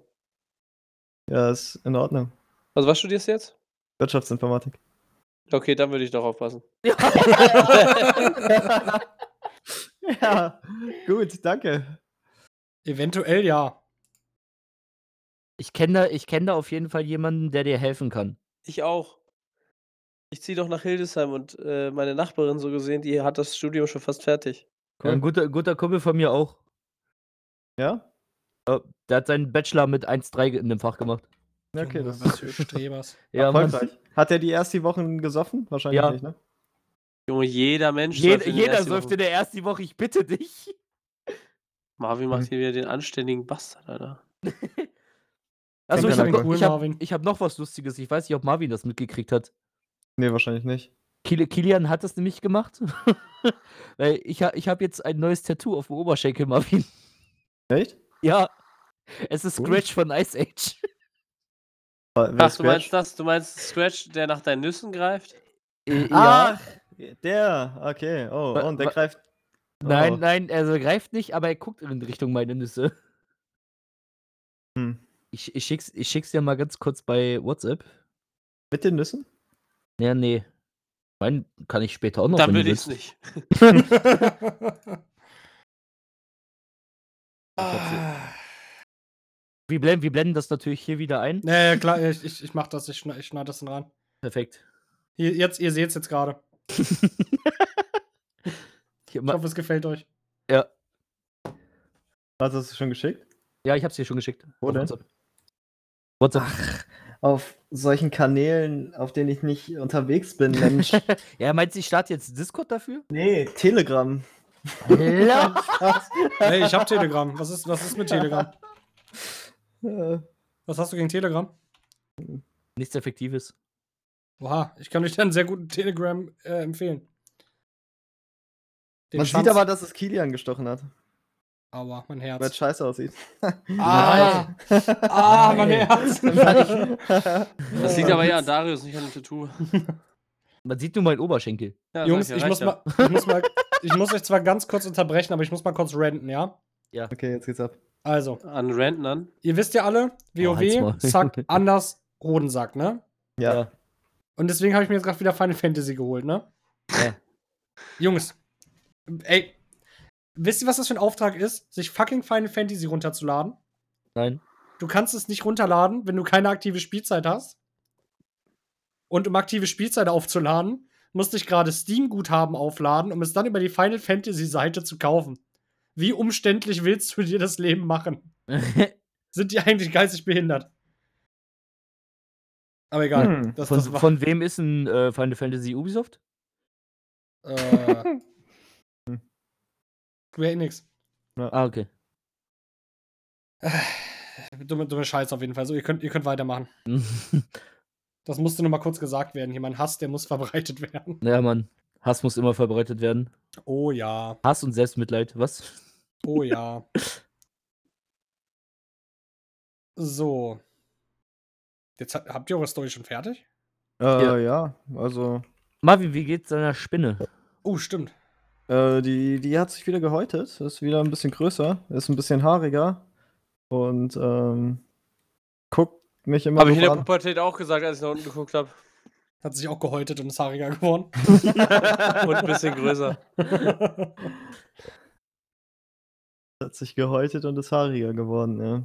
[SPEAKER 3] Ja, ist in Ordnung.
[SPEAKER 4] Also, was studierst du jetzt?
[SPEAKER 3] Wirtschaftsinformatik.
[SPEAKER 4] Okay, dann würde ich doch aufpassen.
[SPEAKER 3] ja, gut, danke.
[SPEAKER 1] Eventuell ja.
[SPEAKER 2] *laughs* Ich kenne da, ich kenn da auf jeden Fall jemanden, der dir helfen kann.
[SPEAKER 4] Ich auch. Ich ziehe doch nach Hildesheim und äh, meine Nachbarin, so gesehen, die hat das Studium schon fast fertig.
[SPEAKER 3] Cool.
[SPEAKER 2] Ein guter, guter Kumpel von mir auch.
[SPEAKER 3] Ja?
[SPEAKER 2] Der hat seinen Bachelor mit 1,3 ge- in dem Fach gemacht.
[SPEAKER 3] Ja, Okay,
[SPEAKER 1] Junge,
[SPEAKER 3] das
[SPEAKER 1] was für
[SPEAKER 3] ist *laughs*
[SPEAKER 1] Strebers.
[SPEAKER 2] Ja, Mann.
[SPEAKER 3] erfolgreich. Hat er die ersten Wochen gesoffen? Wahrscheinlich
[SPEAKER 2] Ja.
[SPEAKER 3] nicht, ne?
[SPEAKER 4] Junge, jeder Mensch.
[SPEAKER 2] Jed,
[SPEAKER 4] säuft in den
[SPEAKER 2] jeder
[SPEAKER 4] ersten
[SPEAKER 2] säuft
[SPEAKER 4] Wochen.
[SPEAKER 2] in der ersten Woche, ich bitte dich.
[SPEAKER 4] Marvin macht hier wieder den anständigen Bastard, Alter.
[SPEAKER 2] Achso, Also,
[SPEAKER 3] Denk
[SPEAKER 2] ich
[SPEAKER 3] an
[SPEAKER 2] habe
[SPEAKER 3] den
[SPEAKER 2] noch,
[SPEAKER 1] coolen
[SPEAKER 2] ich hab,
[SPEAKER 1] Marvin.
[SPEAKER 2] ich hab noch was Lustiges. Ich weiß nicht, ob Marvin das mitgekriegt hat.
[SPEAKER 3] Nee, wahrscheinlich nicht.
[SPEAKER 2] Kili- Kilian hat es nämlich gemacht. *laughs* Weil ich, ha- ich habe jetzt ein neues Tattoo auf dem Oberschenkel, Marvin.
[SPEAKER 3] Echt?
[SPEAKER 2] Ja. Es ist
[SPEAKER 3] Cool.
[SPEAKER 2] Scratch von Ice Age.
[SPEAKER 3] Wa- wer
[SPEAKER 4] Ach, du
[SPEAKER 3] Scratch?
[SPEAKER 4] meinst das? Du meinst Scratch, der nach deinen Nüssen greift?
[SPEAKER 2] Ja.
[SPEAKER 3] Ach, der. Okay. Oh,
[SPEAKER 2] Wa-
[SPEAKER 3] und
[SPEAKER 2] wa-
[SPEAKER 3] der greift.
[SPEAKER 2] Nein,
[SPEAKER 3] Oh.
[SPEAKER 2] nein, er greift nicht, aber er guckt in Richtung meine Nüsse.
[SPEAKER 3] Hm.
[SPEAKER 2] Ich, ich, schick's, ich schick's dir mal ganz kurz bei WhatsApp.
[SPEAKER 3] Mit den Nüssen?
[SPEAKER 2] Ja, nee. Meinen kann ich später auch noch.
[SPEAKER 4] Dann
[SPEAKER 2] wenn du
[SPEAKER 4] will ich's
[SPEAKER 2] willst.
[SPEAKER 4] nicht.
[SPEAKER 1] Ah.
[SPEAKER 2] Wir blenden, wir blenden das natürlich hier wieder ein.
[SPEAKER 1] ja, ja, klar, ich, ich, ich mach das, ich, schneid- ich schneide das dann rein.
[SPEAKER 2] Perfekt.
[SPEAKER 1] Hier, jetzt, ihr seht es jetzt gerade.
[SPEAKER 2] Hier,
[SPEAKER 1] Ich
[SPEAKER 2] ma-
[SPEAKER 1] hoffe, es gefällt euch.
[SPEAKER 3] Warte, hast du schon geschickt?
[SPEAKER 2] ja, ich hab's dir schon geschickt.
[SPEAKER 3] Wo
[SPEAKER 2] Auf
[SPEAKER 3] denn?
[SPEAKER 2] WhatsApp. WhatsApp.
[SPEAKER 3] Auf solchen Kanälen, auf denen ich nicht unterwegs bin, Mensch.
[SPEAKER 2] Ja, meinst du, ich starte jetzt Discord dafür?
[SPEAKER 3] nee, Telegram. *laughs*
[SPEAKER 2] Ja.
[SPEAKER 3] Spaß.
[SPEAKER 1] Hey, ich hab Telegram. Was ist, was ist *laughs* mit Telegram?
[SPEAKER 3] Äh,
[SPEAKER 1] Was hast du gegen Telegram?
[SPEAKER 2] Nichts Effektives.
[SPEAKER 1] Oha, ich kann euch da einen sehr guten Telegram äh, empfehlen. Den
[SPEAKER 3] Man
[SPEAKER 1] Schanz-
[SPEAKER 3] sieht aber, dass es Kilian gestochen hat.
[SPEAKER 1] Aua, mein
[SPEAKER 3] Weil es
[SPEAKER 1] Herz.
[SPEAKER 3] scheiße aussieht.
[SPEAKER 1] Ah, ah mein
[SPEAKER 2] Ey.
[SPEAKER 1] Herz.
[SPEAKER 4] Das liegt aber ja an Darius, nicht an dem Tattoo.
[SPEAKER 2] Man sieht nur meinen Oberschenkel.
[SPEAKER 4] Ja,
[SPEAKER 1] *laughs*
[SPEAKER 4] sag
[SPEAKER 1] Jungs,
[SPEAKER 4] ja,
[SPEAKER 1] ich
[SPEAKER 4] reicht
[SPEAKER 1] muss,
[SPEAKER 4] ja.
[SPEAKER 1] mal, ich, muss mal, ich muss euch zwar ganz kurz unterbrechen, aber ich muss mal kurz ranten, ja?
[SPEAKER 3] Okay, jetzt geht's ab.
[SPEAKER 1] Also,
[SPEAKER 4] An Renten an.
[SPEAKER 1] ihr wisst ja alle,
[SPEAKER 2] Oh, halt's
[SPEAKER 1] WoW,
[SPEAKER 2] Maul.
[SPEAKER 1] zack, anders, Hodensack, ne?
[SPEAKER 3] Ja.
[SPEAKER 1] Und deswegen habe ich mir jetzt gerade wieder Final Fantasy geholt, ne?
[SPEAKER 2] Ja.
[SPEAKER 1] Jungs, ey, wisst ihr, was das für ein Auftrag ist? Sich fucking Final Fantasy runterzuladen?
[SPEAKER 2] Nein.
[SPEAKER 1] Du kannst es nicht runterladen, wenn du keine aktive Spielzeit hast. Und um aktive Spielzeit aufzuladen, musst dich gerade Steam-Guthaben aufladen, um es dann über die Final Fantasy-Seite zu kaufen. Wie umständlich willst du dir das Leben machen? Sind die eigentlich geistig behindert? Aber egal.
[SPEAKER 3] Hm,
[SPEAKER 1] das,
[SPEAKER 2] von,
[SPEAKER 1] das war,
[SPEAKER 2] von wem ist ein äh, Final Fantasy Ubisoft?
[SPEAKER 1] *laughs* äh, Square Enix.
[SPEAKER 2] Ah, okay.
[SPEAKER 1] Dumme, dumme Scheiße auf jeden Fall. So, ihr könnt, ihr könnt *laughs* weitermachen. Das musste nur mal kurz gesagt werden. Hier, mein Hass, der muss verbreitet werden.
[SPEAKER 2] ja, Mann. Hass muss immer verbreitet werden.
[SPEAKER 1] Oh ja.
[SPEAKER 2] Hass und Selbstmitleid. Was?
[SPEAKER 1] Oh ja. *laughs* So. Jetzt ha- habt ihr eure Story schon fertig?
[SPEAKER 2] Ja.
[SPEAKER 3] Äh, ja, also.
[SPEAKER 2] Marvin, wie geht's deiner Spinne?
[SPEAKER 1] Oh, stimmt.
[SPEAKER 3] Äh, die, die hat sich wieder gehäutet, ist wieder ein bisschen größer, ist ein bisschen haariger und ähm, guckt mich immer
[SPEAKER 4] Habe ich in
[SPEAKER 3] doof
[SPEAKER 4] der
[SPEAKER 3] an.
[SPEAKER 4] Pubertät auch gesagt, als ich nach unten geguckt habe.
[SPEAKER 1] Hat sich auch gehäutet und ist haariger *laughs* geworden.
[SPEAKER 4] Und ein bisschen größer.
[SPEAKER 3] hat sich gehäutet und ist haariger geworden, ja.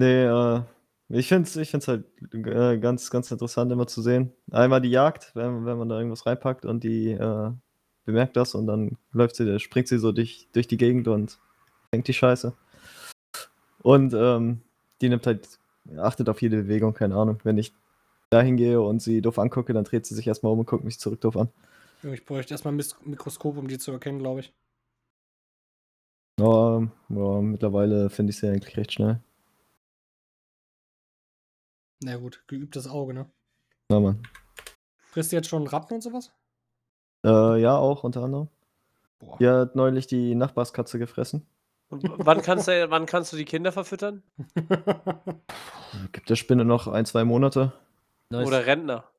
[SPEAKER 3] Nee, äh, ich find's, ich find's halt äh, ganz, ganz interessant immer zu sehen. Einmal die Jagd, wenn, wenn man da irgendwas reinpackt und die äh, bemerkt das und dann läuft sie, da springt sie so durch, durch die Gegend und fängt die Scheiße. Und ähm, die nimmt halt, achtet auf jede Bewegung, keine Ahnung. Wenn ich da hingehe und sie doof angucke, dann dreht sie sich erstmal um und guckt mich zurück doof an.
[SPEAKER 1] Junge, ich bräuchte erstmal ein Mis- Mikroskop, um die zu erkennen, glaube ich.
[SPEAKER 3] Ja, ja, mittlerweile finde ich sie eigentlich recht schnell.
[SPEAKER 1] Na gut, geübtes Auge, ne?
[SPEAKER 3] Na Mann.
[SPEAKER 1] Frisst ihr jetzt schon Ratten und sowas?
[SPEAKER 3] Äh, ja, auch unter anderem.
[SPEAKER 1] Boah.
[SPEAKER 3] Die hat neulich die Nachbarskatze gefressen.
[SPEAKER 4] Und wann kannst, du, wann kannst du die Kinder verfüttern?
[SPEAKER 1] *laughs*
[SPEAKER 3] Gibt der Spinne noch ein, zwei Monate.
[SPEAKER 2] Nice.
[SPEAKER 4] Oder Rentner?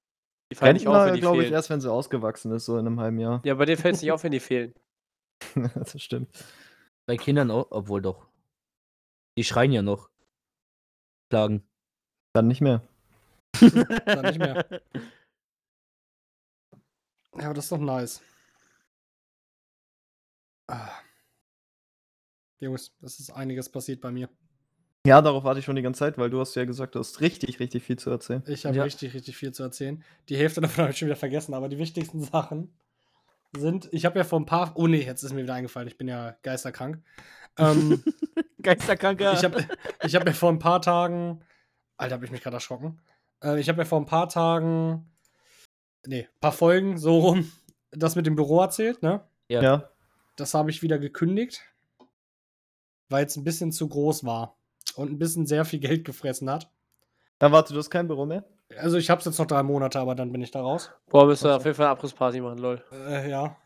[SPEAKER 4] Die fallen nicht auf, wenn
[SPEAKER 3] Rentner,
[SPEAKER 4] die
[SPEAKER 3] glaube ich,
[SPEAKER 4] fehlen.
[SPEAKER 3] erst wenn sie ausgewachsen ist, so in einem halben Jahr.
[SPEAKER 4] ja, bei dir fällt es nicht auf, wenn die fehlen.
[SPEAKER 3] *laughs* das stimmt.
[SPEAKER 2] Bei Kindern auch, obwohl doch. Die schreien ja noch. Klagen.
[SPEAKER 3] Dann nicht mehr.
[SPEAKER 1] Dann nicht mehr. Ja, aber das ist doch nice. Ah. Jungs, das ist einiges passiert bei mir.
[SPEAKER 3] Ja, darauf warte ich schon die ganze Zeit, weil du hast ja gesagt, du hast richtig, richtig viel zu erzählen.
[SPEAKER 1] Ich habe
[SPEAKER 2] Ja.
[SPEAKER 1] richtig, richtig viel zu erzählen. Die Hälfte *laughs* davon habe ich schon wieder vergessen, aber die wichtigsten Sachen sind, ich habe ja vor ein paar, oh nee, jetzt ist mir wieder eingefallen, ich bin ja geisterkrank. Ähm,
[SPEAKER 2] *laughs* Geisterkranker.
[SPEAKER 1] Ich habe ich hab ja vor ein paar Tagen. Alter, habe ich mich gerade erschrocken. Äh, ich habe ja vor ein paar Tagen. Nee, paar Folgen, so rum. Das mit dem Büro erzählt, ne?
[SPEAKER 2] Ja.
[SPEAKER 3] Ja.
[SPEAKER 1] Das habe ich wieder gekündigt. Weil es ein bisschen zu groß war. und ein bisschen sehr viel Geld gefressen hat.
[SPEAKER 3] Dann warte, du hast kein Büro mehr?
[SPEAKER 1] Also ich habe es jetzt noch drei Monate, aber dann bin ich da raus.
[SPEAKER 4] Boah, müssen wir auf jeden Fall eine Abrissparty machen, lol.
[SPEAKER 1] Äh,
[SPEAKER 3] *laughs*
[SPEAKER 1] ja.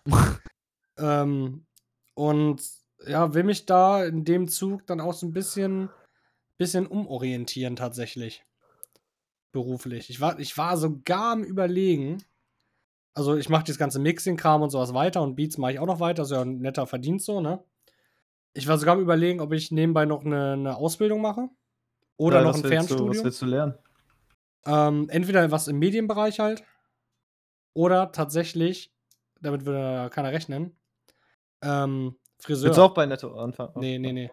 [SPEAKER 1] ähm, und ja, will mich da in dem Zug dann auch so ein bisschen, bisschen umorientieren tatsächlich. Beruflich. Ich war, ich war sogar am Überlegen. Also ich mache das ganze Mixing-Kram und sowas weiter und Beats mache ich auch noch weiter. Das ist ja ein netter Verdienst so, ne? Ich war sogar am Überlegen, ob ich nebenbei noch eine, eine Ausbildung mache. Oder
[SPEAKER 3] Ja,
[SPEAKER 1] noch ein
[SPEAKER 3] was willst Du,
[SPEAKER 1] Fernstudium.
[SPEAKER 3] was willst du lernen?
[SPEAKER 1] Ähm, entweder was im Medienbereich halt. Oder tatsächlich, damit würde ja keiner rechnen, ähm, Friseur.
[SPEAKER 3] Willst du auch bei Netto anfangen?
[SPEAKER 1] Nee, nee, nee.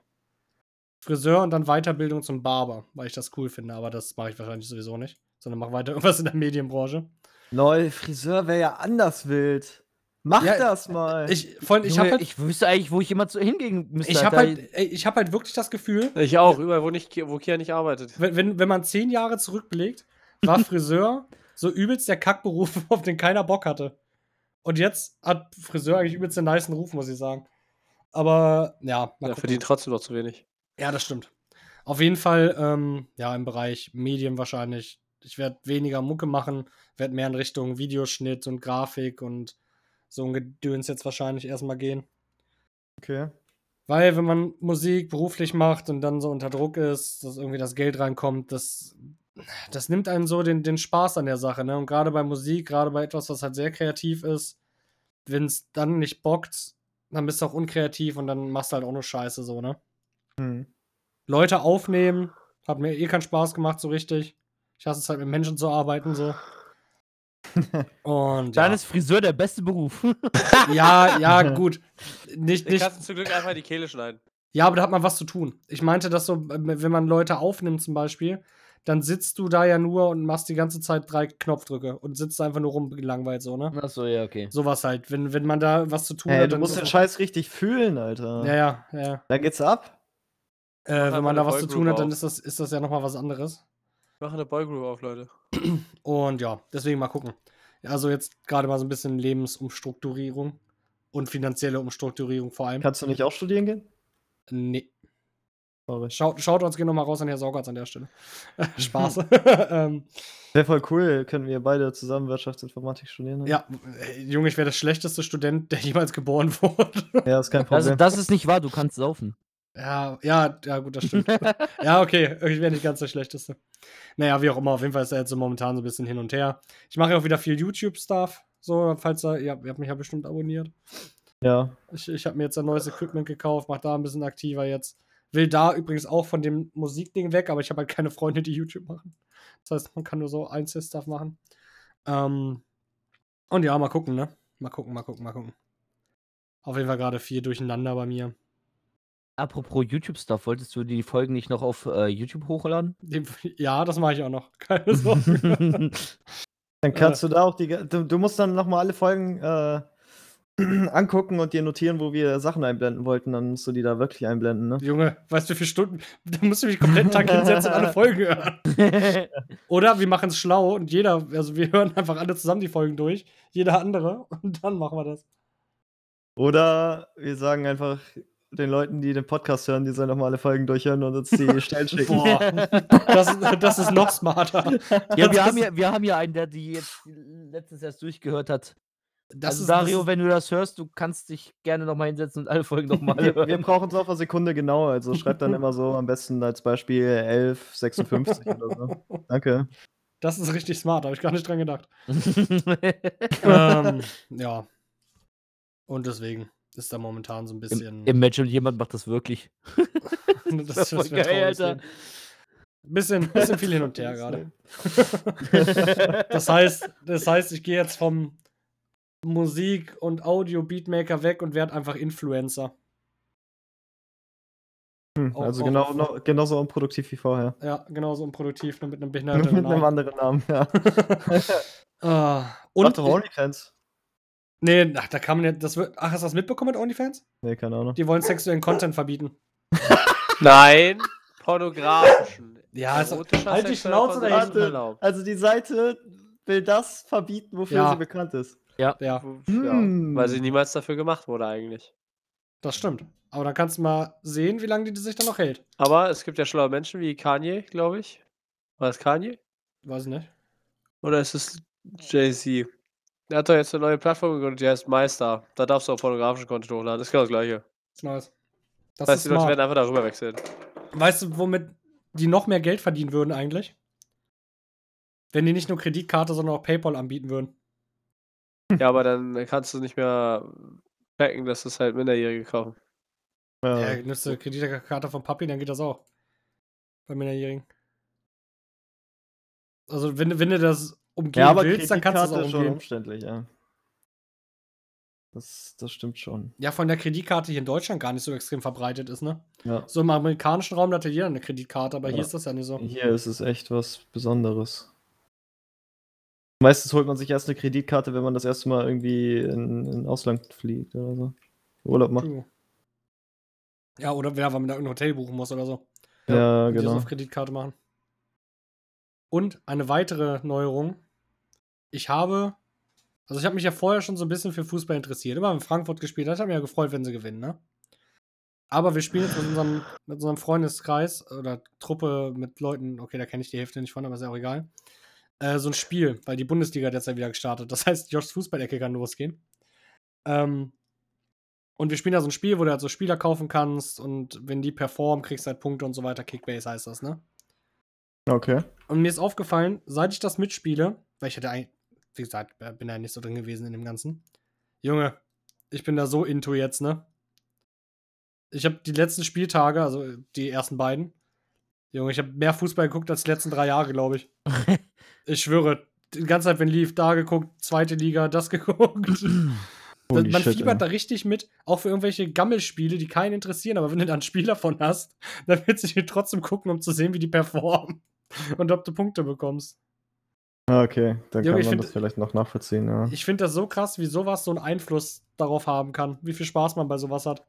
[SPEAKER 1] Friseur und dann Weiterbildung zum Barber, weil ich das cool finde, aber das mache ich wahrscheinlich sowieso nicht, sondern mache weiter *laughs* irgendwas in der Medienbranche.
[SPEAKER 3] Lol, Friseur wäre ja anders wild. Mach
[SPEAKER 1] Ja,
[SPEAKER 3] das mal.
[SPEAKER 1] Ich, Freund, ich habe
[SPEAKER 2] Junge,
[SPEAKER 1] halt,
[SPEAKER 2] ich wüsste eigentlich, wo ich immer zu hingehen müsste.
[SPEAKER 1] ich hab
[SPEAKER 2] Alter.
[SPEAKER 1] halt, ey, ich hab halt wirklich das Gefühl,
[SPEAKER 4] Ich auch, überall, wo, nicht, wo Kia nicht arbeitet.
[SPEAKER 1] wenn, wenn, wenn man zehn Jahre zurückblickt, war Friseur so übelst der Kackberuf, *laughs* auf den keiner Bock hatte. Und jetzt hat Friseur eigentlich übelst den nicen Ruf, muss ich sagen. Aber ja, mal
[SPEAKER 4] Ja,
[SPEAKER 1] gucken.
[SPEAKER 4] verdient trotzdem noch zu wenig.
[SPEAKER 1] ja das stimmt. Auf jeden Fall, ähm, ja, im Bereich Medien wahrscheinlich. Ich werde weniger Mucke machen, werde mehr in Richtung Videoschnitt und Grafik und so ein Gedöns jetzt wahrscheinlich erstmal gehen.
[SPEAKER 3] Okay.
[SPEAKER 1] Weil wenn man Musik beruflich macht und dann so unter Druck ist, dass irgendwie das Geld reinkommt, das, das nimmt einem so den, den Spaß an der Sache. Ne? Und gerade bei Musik, gerade bei etwas, was halt sehr kreativ ist, wenn es dann nicht bockt, dann bist du auch unkreativ und dann machst du halt auch nur Scheiße so, ne?
[SPEAKER 3] Hm.
[SPEAKER 1] Leute aufnehmen, hat mir eh keinen Spaß gemacht so richtig. Ich hasse es halt mit Menschen zu arbeiten so. Und
[SPEAKER 2] Dann
[SPEAKER 1] ja,
[SPEAKER 2] ist Friseur der beste Beruf. *laughs*
[SPEAKER 1] ja, ja, gut. Nicht,
[SPEAKER 4] Den
[SPEAKER 1] nicht,
[SPEAKER 4] kannst du zum Glück einfach die Kehle schneiden.
[SPEAKER 1] Ja, aber da hat man was zu tun. Ich meinte das so, ähm, wenn man Leute aufnimmt zum Beispiel, dann sitzt du da ja nur und machst die ganze Zeit drei Knopfdrücke und sitzt einfach nur rum gelangweilt so, ne?
[SPEAKER 2] Achso, ja, okay.
[SPEAKER 1] Sowas halt. Wenn, wenn man da was zu tun hat,
[SPEAKER 3] Hey, Mhm. Äh, du
[SPEAKER 1] dann
[SPEAKER 3] musst ne?
[SPEAKER 1] ist
[SPEAKER 3] den
[SPEAKER 1] das-
[SPEAKER 3] Scheiß richtig fühlen, Alter.
[SPEAKER 1] Ja, ja, ja. ja.
[SPEAKER 3] Dann geht's ab.
[SPEAKER 1] Äh,
[SPEAKER 3] halt
[SPEAKER 1] wenn
[SPEAKER 4] einfach
[SPEAKER 1] man da
[SPEAKER 4] eine
[SPEAKER 1] was zu tun hat, dann
[SPEAKER 4] Vollgroup
[SPEAKER 1] ist das, ist das ja nochmal was anderes.
[SPEAKER 4] Ich mache eine Boygroup auf, Leute.
[SPEAKER 1] Und ja, deswegen mal gucken. Also jetzt gerade mal so ein bisschen Lebensumstrukturierung und finanzielle Umstrukturierung vor allem.
[SPEAKER 3] Kannst du nicht auch studieren gehen?
[SPEAKER 1] Nee.
[SPEAKER 3] Sorry.
[SPEAKER 1] Schaut, schaut uns gehen nochmal raus an Herr Saugatz an der Stelle. *laughs* Spaß.
[SPEAKER 3] *laughs*
[SPEAKER 1] ähm,
[SPEAKER 3] Wäre voll cool, können wir beide zusammen Wirtschaftsinformatik studieren.
[SPEAKER 1] Ja, äh, Junge, ich wäre der schlechteste Student, der jemals geboren *laughs* wurde.
[SPEAKER 3] Ja, ist kein
[SPEAKER 2] Also,
[SPEAKER 3] Problem.
[SPEAKER 2] das ist nicht wahr, du kannst saufen.
[SPEAKER 1] Ja, ja, ja, gut, das stimmt. ja, okay, ich wäre nicht ganz der schlechteste. Naja, wie auch immer, auf jeden Fall ist er jetzt so momentan so ein bisschen hin und her. Ich mache ja auch wieder viel YouTube-Stuff. So, falls er, ihr, habt- ihr habt mich ja bestimmt abonniert.
[SPEAKER 3] ja.
[SPEAKER 1] Ich, ich habe mir jetzt ein neues Equipment gekauft, mache da ein bisschen aktiver jetzt. Will da übrigens auch von dem Musikding weg, aber ich habe halt keine Freunde, die YouTube machen. Das heißt, man kann nur so Einzel-Stuff machen. Ähm, und ja, mal gucken, ne? Mal gucken, mal gucken, mal gucken. Auf jeden Fall gerade viel durcheinander bei mir. *laughs*
[SPEAKER 2] Apropos YouTube-Stuff, wolltest du die Folgen nicht noch auf äh, YouTube hochladen?
[SPEAKER 1] Dem, ja, das mache ich auch noch. Keine *laughs*
[SPEAKER 2] *laughs*
[SPEAKER 1] Sorge.
[SPEAKER 3] Dann kannst du da auch die. ga- Du, du musst dann nochmal alle Folgen äh, *clears throat* angucken und dir notieren, wo wir Sachen einblenden wollten. Dann musst du die da wirklich einblenden, ne?
[SPEAKER 1] Junge, weißt du, wie viele Stunden? Da musst du mich komplett einen Tag hinsetzen und alle Folgen hören. Oder wir machen es schlau und jeder, also wir hören einfach alle zusammen die Folgen durch. Jeder andere und dann machen wir das.
[SPEAKER 3] Oder wir sagen einfach den Leuten, die den Podcast hören, die sollen nochmal alle Folgen durchhören und uns die Stellen schicken.
[SPEAKER 1] Das, das ist noch smarter.
[SPEAKER 2] ja, wir haben ja, wir haben ja einen, der die jetzt letztes erst durchgehört hat.
[SPEAKER 1] Das
[SPEAKER 2] also
[SPEAKER 1] ist
[SPEAKER 2] Dario,
[SPEAKER 1] das ist,
[SPEAKER 2] wenn du das hörst, du kannst dich gerne nochmal hinsetzen und alle Folgen nochmal
[SPEAKER 3] Wir, Also, wir *laughs*
[SPEAKER 2] hören.
[SPEAKER 3] brauchen es auf eine Sekunde genau, also schreib dann immer so am besten als Beispiel 1156 oder so. Danke.
[SPEAKER 1] das ist richtig smart, habe ich gar nicht dran gedacht. ähm, *laughs* ja. Und deswegen ist da momentan so ein bisschen.
[SPEAKER 2] Imagine, jemand macht das wirklich.
[SPEAKER 1] *laughs* das
[SPEAKER 2] wär voll
[SPEAKER 1] wär ein
[SPEAKER 2] geil,
[SPEAKER 1] trauriges
[SPEAKER 2] Alter.
[SPEAKER 1] Leben. Bisschen, bisschen viel hin und her gerade. *laughs* Das heißt, das heißt, ich gehe jetzt vom Musik- und Audio-Beatmaker weg und werde einfach Influencer.
[SPEAKER 3] Hm,
[SPEAKER 1] Auch-
[SPEAKER 3] also
[SPEAKER 1] auch-
[SPEAKER 3] genau, noch, genauso unproduktiv wie vorher.
[SPEAKER 1] Ja, genauso unproduktiv, nur mit einem
[SPEAKER 3] *laughs* Mit
[SPEAKER 1] behinderten
[SPEAKER 3] einem
[SPEAKER 1] Namen.
[SPEAKER 3] anderen Namen, ja.
[SPEAKER 1] Ah,
[SPEAKER 3] Mach
[SPEAKER 1] und
[SPEAKER 3] doch OnlyFans.
[SPEAKER 1] nee, ach, da kann man ja, das wird, ach, hast du das mitbekommen mit OnlyFans?
[SPEAKER 3] Nee, keine Ahnung.
[SPEAKER 1] Die wollen sexuellen Content verbieten.
[SPEAKER 4] Nein, pornografischen.
[SPEAKER 1] Ja, also,
[SPEAKER 4] Erotischer
[SPEAKER 1] halt die
[SPEAKER 4] sexueller
[SPEAKER 1] Schnauze
[SPEAKER 4] Konsum
[SPEAKER 1] da
[SPEAKER 4] ist
[SPEAKER 3] hinten.
[SPEAKER 4] erlaubt.
[SPEAKER 3] Also die Seite will das verbieten, wofür
[SPEAKER 1] Ja.
[SPEAKER 3] sie bekannt ist.
[SPEAKER 1] ja.
[SPEAKER 4] Ja,
[SPEAKER 3] Hm.
[SPEAKER 4] weil sie niemals dafür gemacht wurde eigentlich.
[SPEAKER 1] Das stimmt. Aber dann kannst du mal sehen, wie lange die sich dann noch hält.
[SPEAKER 4] Aber es gibt ja schlaue Menschen wie Kanye, glaube ich. War es Kanye?
[SPEAKER 1] Weiß nicht.
[SPEAKER 4] Oder ist es Jay-Z? Er hat doch jetzt eine neue Plattform gegründet, die heißt MyStar. Da darfst du auch fotografische Konten hochladen. Ist genau das gleiche.
[SPEAKER 1] Ist nice. Das
[SPEAKER 4] Das heißt,
[SPEAKER 1] ist
[SPEAKER 4] die Leute
[SPEAKER 1] smart.
[SPEAKER 4] werden einfach darüber wechseln.
[SPEAKER 1] Weißt du, womit die noch mehr Geld verdienen würden eigentlich? Wenn die nicht nur Kreditkarte, sondern auch PayPal anbieten würden.
[SPEAKER 4] Ja, aber dann kannst du nicht mehr checken, dass es halt Minderjährige kaufen.
[SPEAKER 1] Ja,
[SPEAKER 3] Ja.
[SPEAKER 1] nimmst du Kreditkarte von Papi, dann geht das auch. Bei Minderjährigen. Also, wenn, du- wenn du das umgehen
[SPEAKER 3] ja, aber
[SPEAKER 1] willst, dann kannst du
[SPEAKER 3] Kreditkarte
[SPEAKER 1] es
[SPEAKER 3] ist
[SPEAKER 1] auch
[SPEAKER 3] schon
[SPEAKER 1] umgehen.
[SPEAKER 3] umständlich, ja. Das, das stimmt schon.
[SPEAKER 1] Ja, von der Kreditkarte hier in Deutschland gar nicht so extrem verbreitet ist, ne?
[SPEAKER 3] Ja.
[SPEAKER 1] So im amerikanischen Raum da hat ja jeder eine Kreditkarte, aber hier
[SPEAKER 3] Ja.
[SPEAKER 1] ist das ja nicht so.
[SPEAKER 3] Hier ist es echt was Besonderes. Meistens holt man sich erst eine Kreditkarte, wenn man das erste Mal irgendwie in, in Ausland fliegt oder so. Urlaub macht.
[SPEAKER 1] True. Ja, oder wer, weil man da ein Hotel buchen muss oder so.
[SPEAKER 3] Ja,
[SPEAKER 1] die das
[SPEAKER 3] genau.
[SPEAKER 1] auf Kreditkarte machen. Und eine weitere Neuerung. Ich habe, also ich habe mich ja vorher schon so ein bisschen für Fußball interessiert. Immer in Frankfurt gespielt. Das hat mich ja gefreut, wenn sie gewinnen, ne? Aber wir spielen jetzt mit unserem, mit unserem Freundeskreis oder Truppe mit Leuten, okay, da kenne ich die Hälfte nicht von, aber ist ja auch egal. Äh, so ein Spiel, weil die Bundesliga derzeit wieder gestartet. Das heißt, Joshs Fußballecke kann losgehen. Ähm, und wir spielen da so ein Spiel, wo du halt so Spieler kaufen kannst und wenn die performen, kriegst du halt Punkte und so weiter. Kickbase heißt das, ne?
[SPEAKER 3] Okay.
[SPEAKER 1] Und mir ist aufgefallen, seit ich das mitspiele, weil ich hätte eigentlich, wie gesagt, äh, bin da nicht so drin gewesen in dem Ganzen. Junge, ich bin da so into jetzt, ne? Ich habe die letzten Spieltage, also äh, die ersten beiden, Junge, ich habe mehr Fußball geguckt als die letzten drei Jahre, glaube ich. ich schwöre, die ganze Zeit, wenn lief, da geguckt, zweite Liga, das *laughs* geguckt. Da,
[SPEAKER 3] Holy
[SPEAKER 1] man
[SPEAKER 3] shit,
[SPEAKER 1] fiebert
[SPEAKER 3] ey.
[SPEAKER 1] da richtig mit, auch für irgendwelche Gammelspiele, die keinen interessieren, aber wenn du da einen Spieler von hast, *laughs* dann willst du die trotzdem gucken, um zu sehen, wie die performen *laughs* und ob du Punkte bekommst.
[SPEAKER 3] Ah, okay, dann
[SPEAKER 1] Junge,
[SPEAKER 3] kann
[SPEAKER 1] ich
[SPEAKER 3] man
[SPEAKER 1] find-
[SPEAKER 3] das vielleicht noch nachvollziehen, ja.
[SPEAKER 1] Ich finde das so krass, wie sowas so einen Einfluss darauf haben kann, wie viel Spaß man bei sowas hat.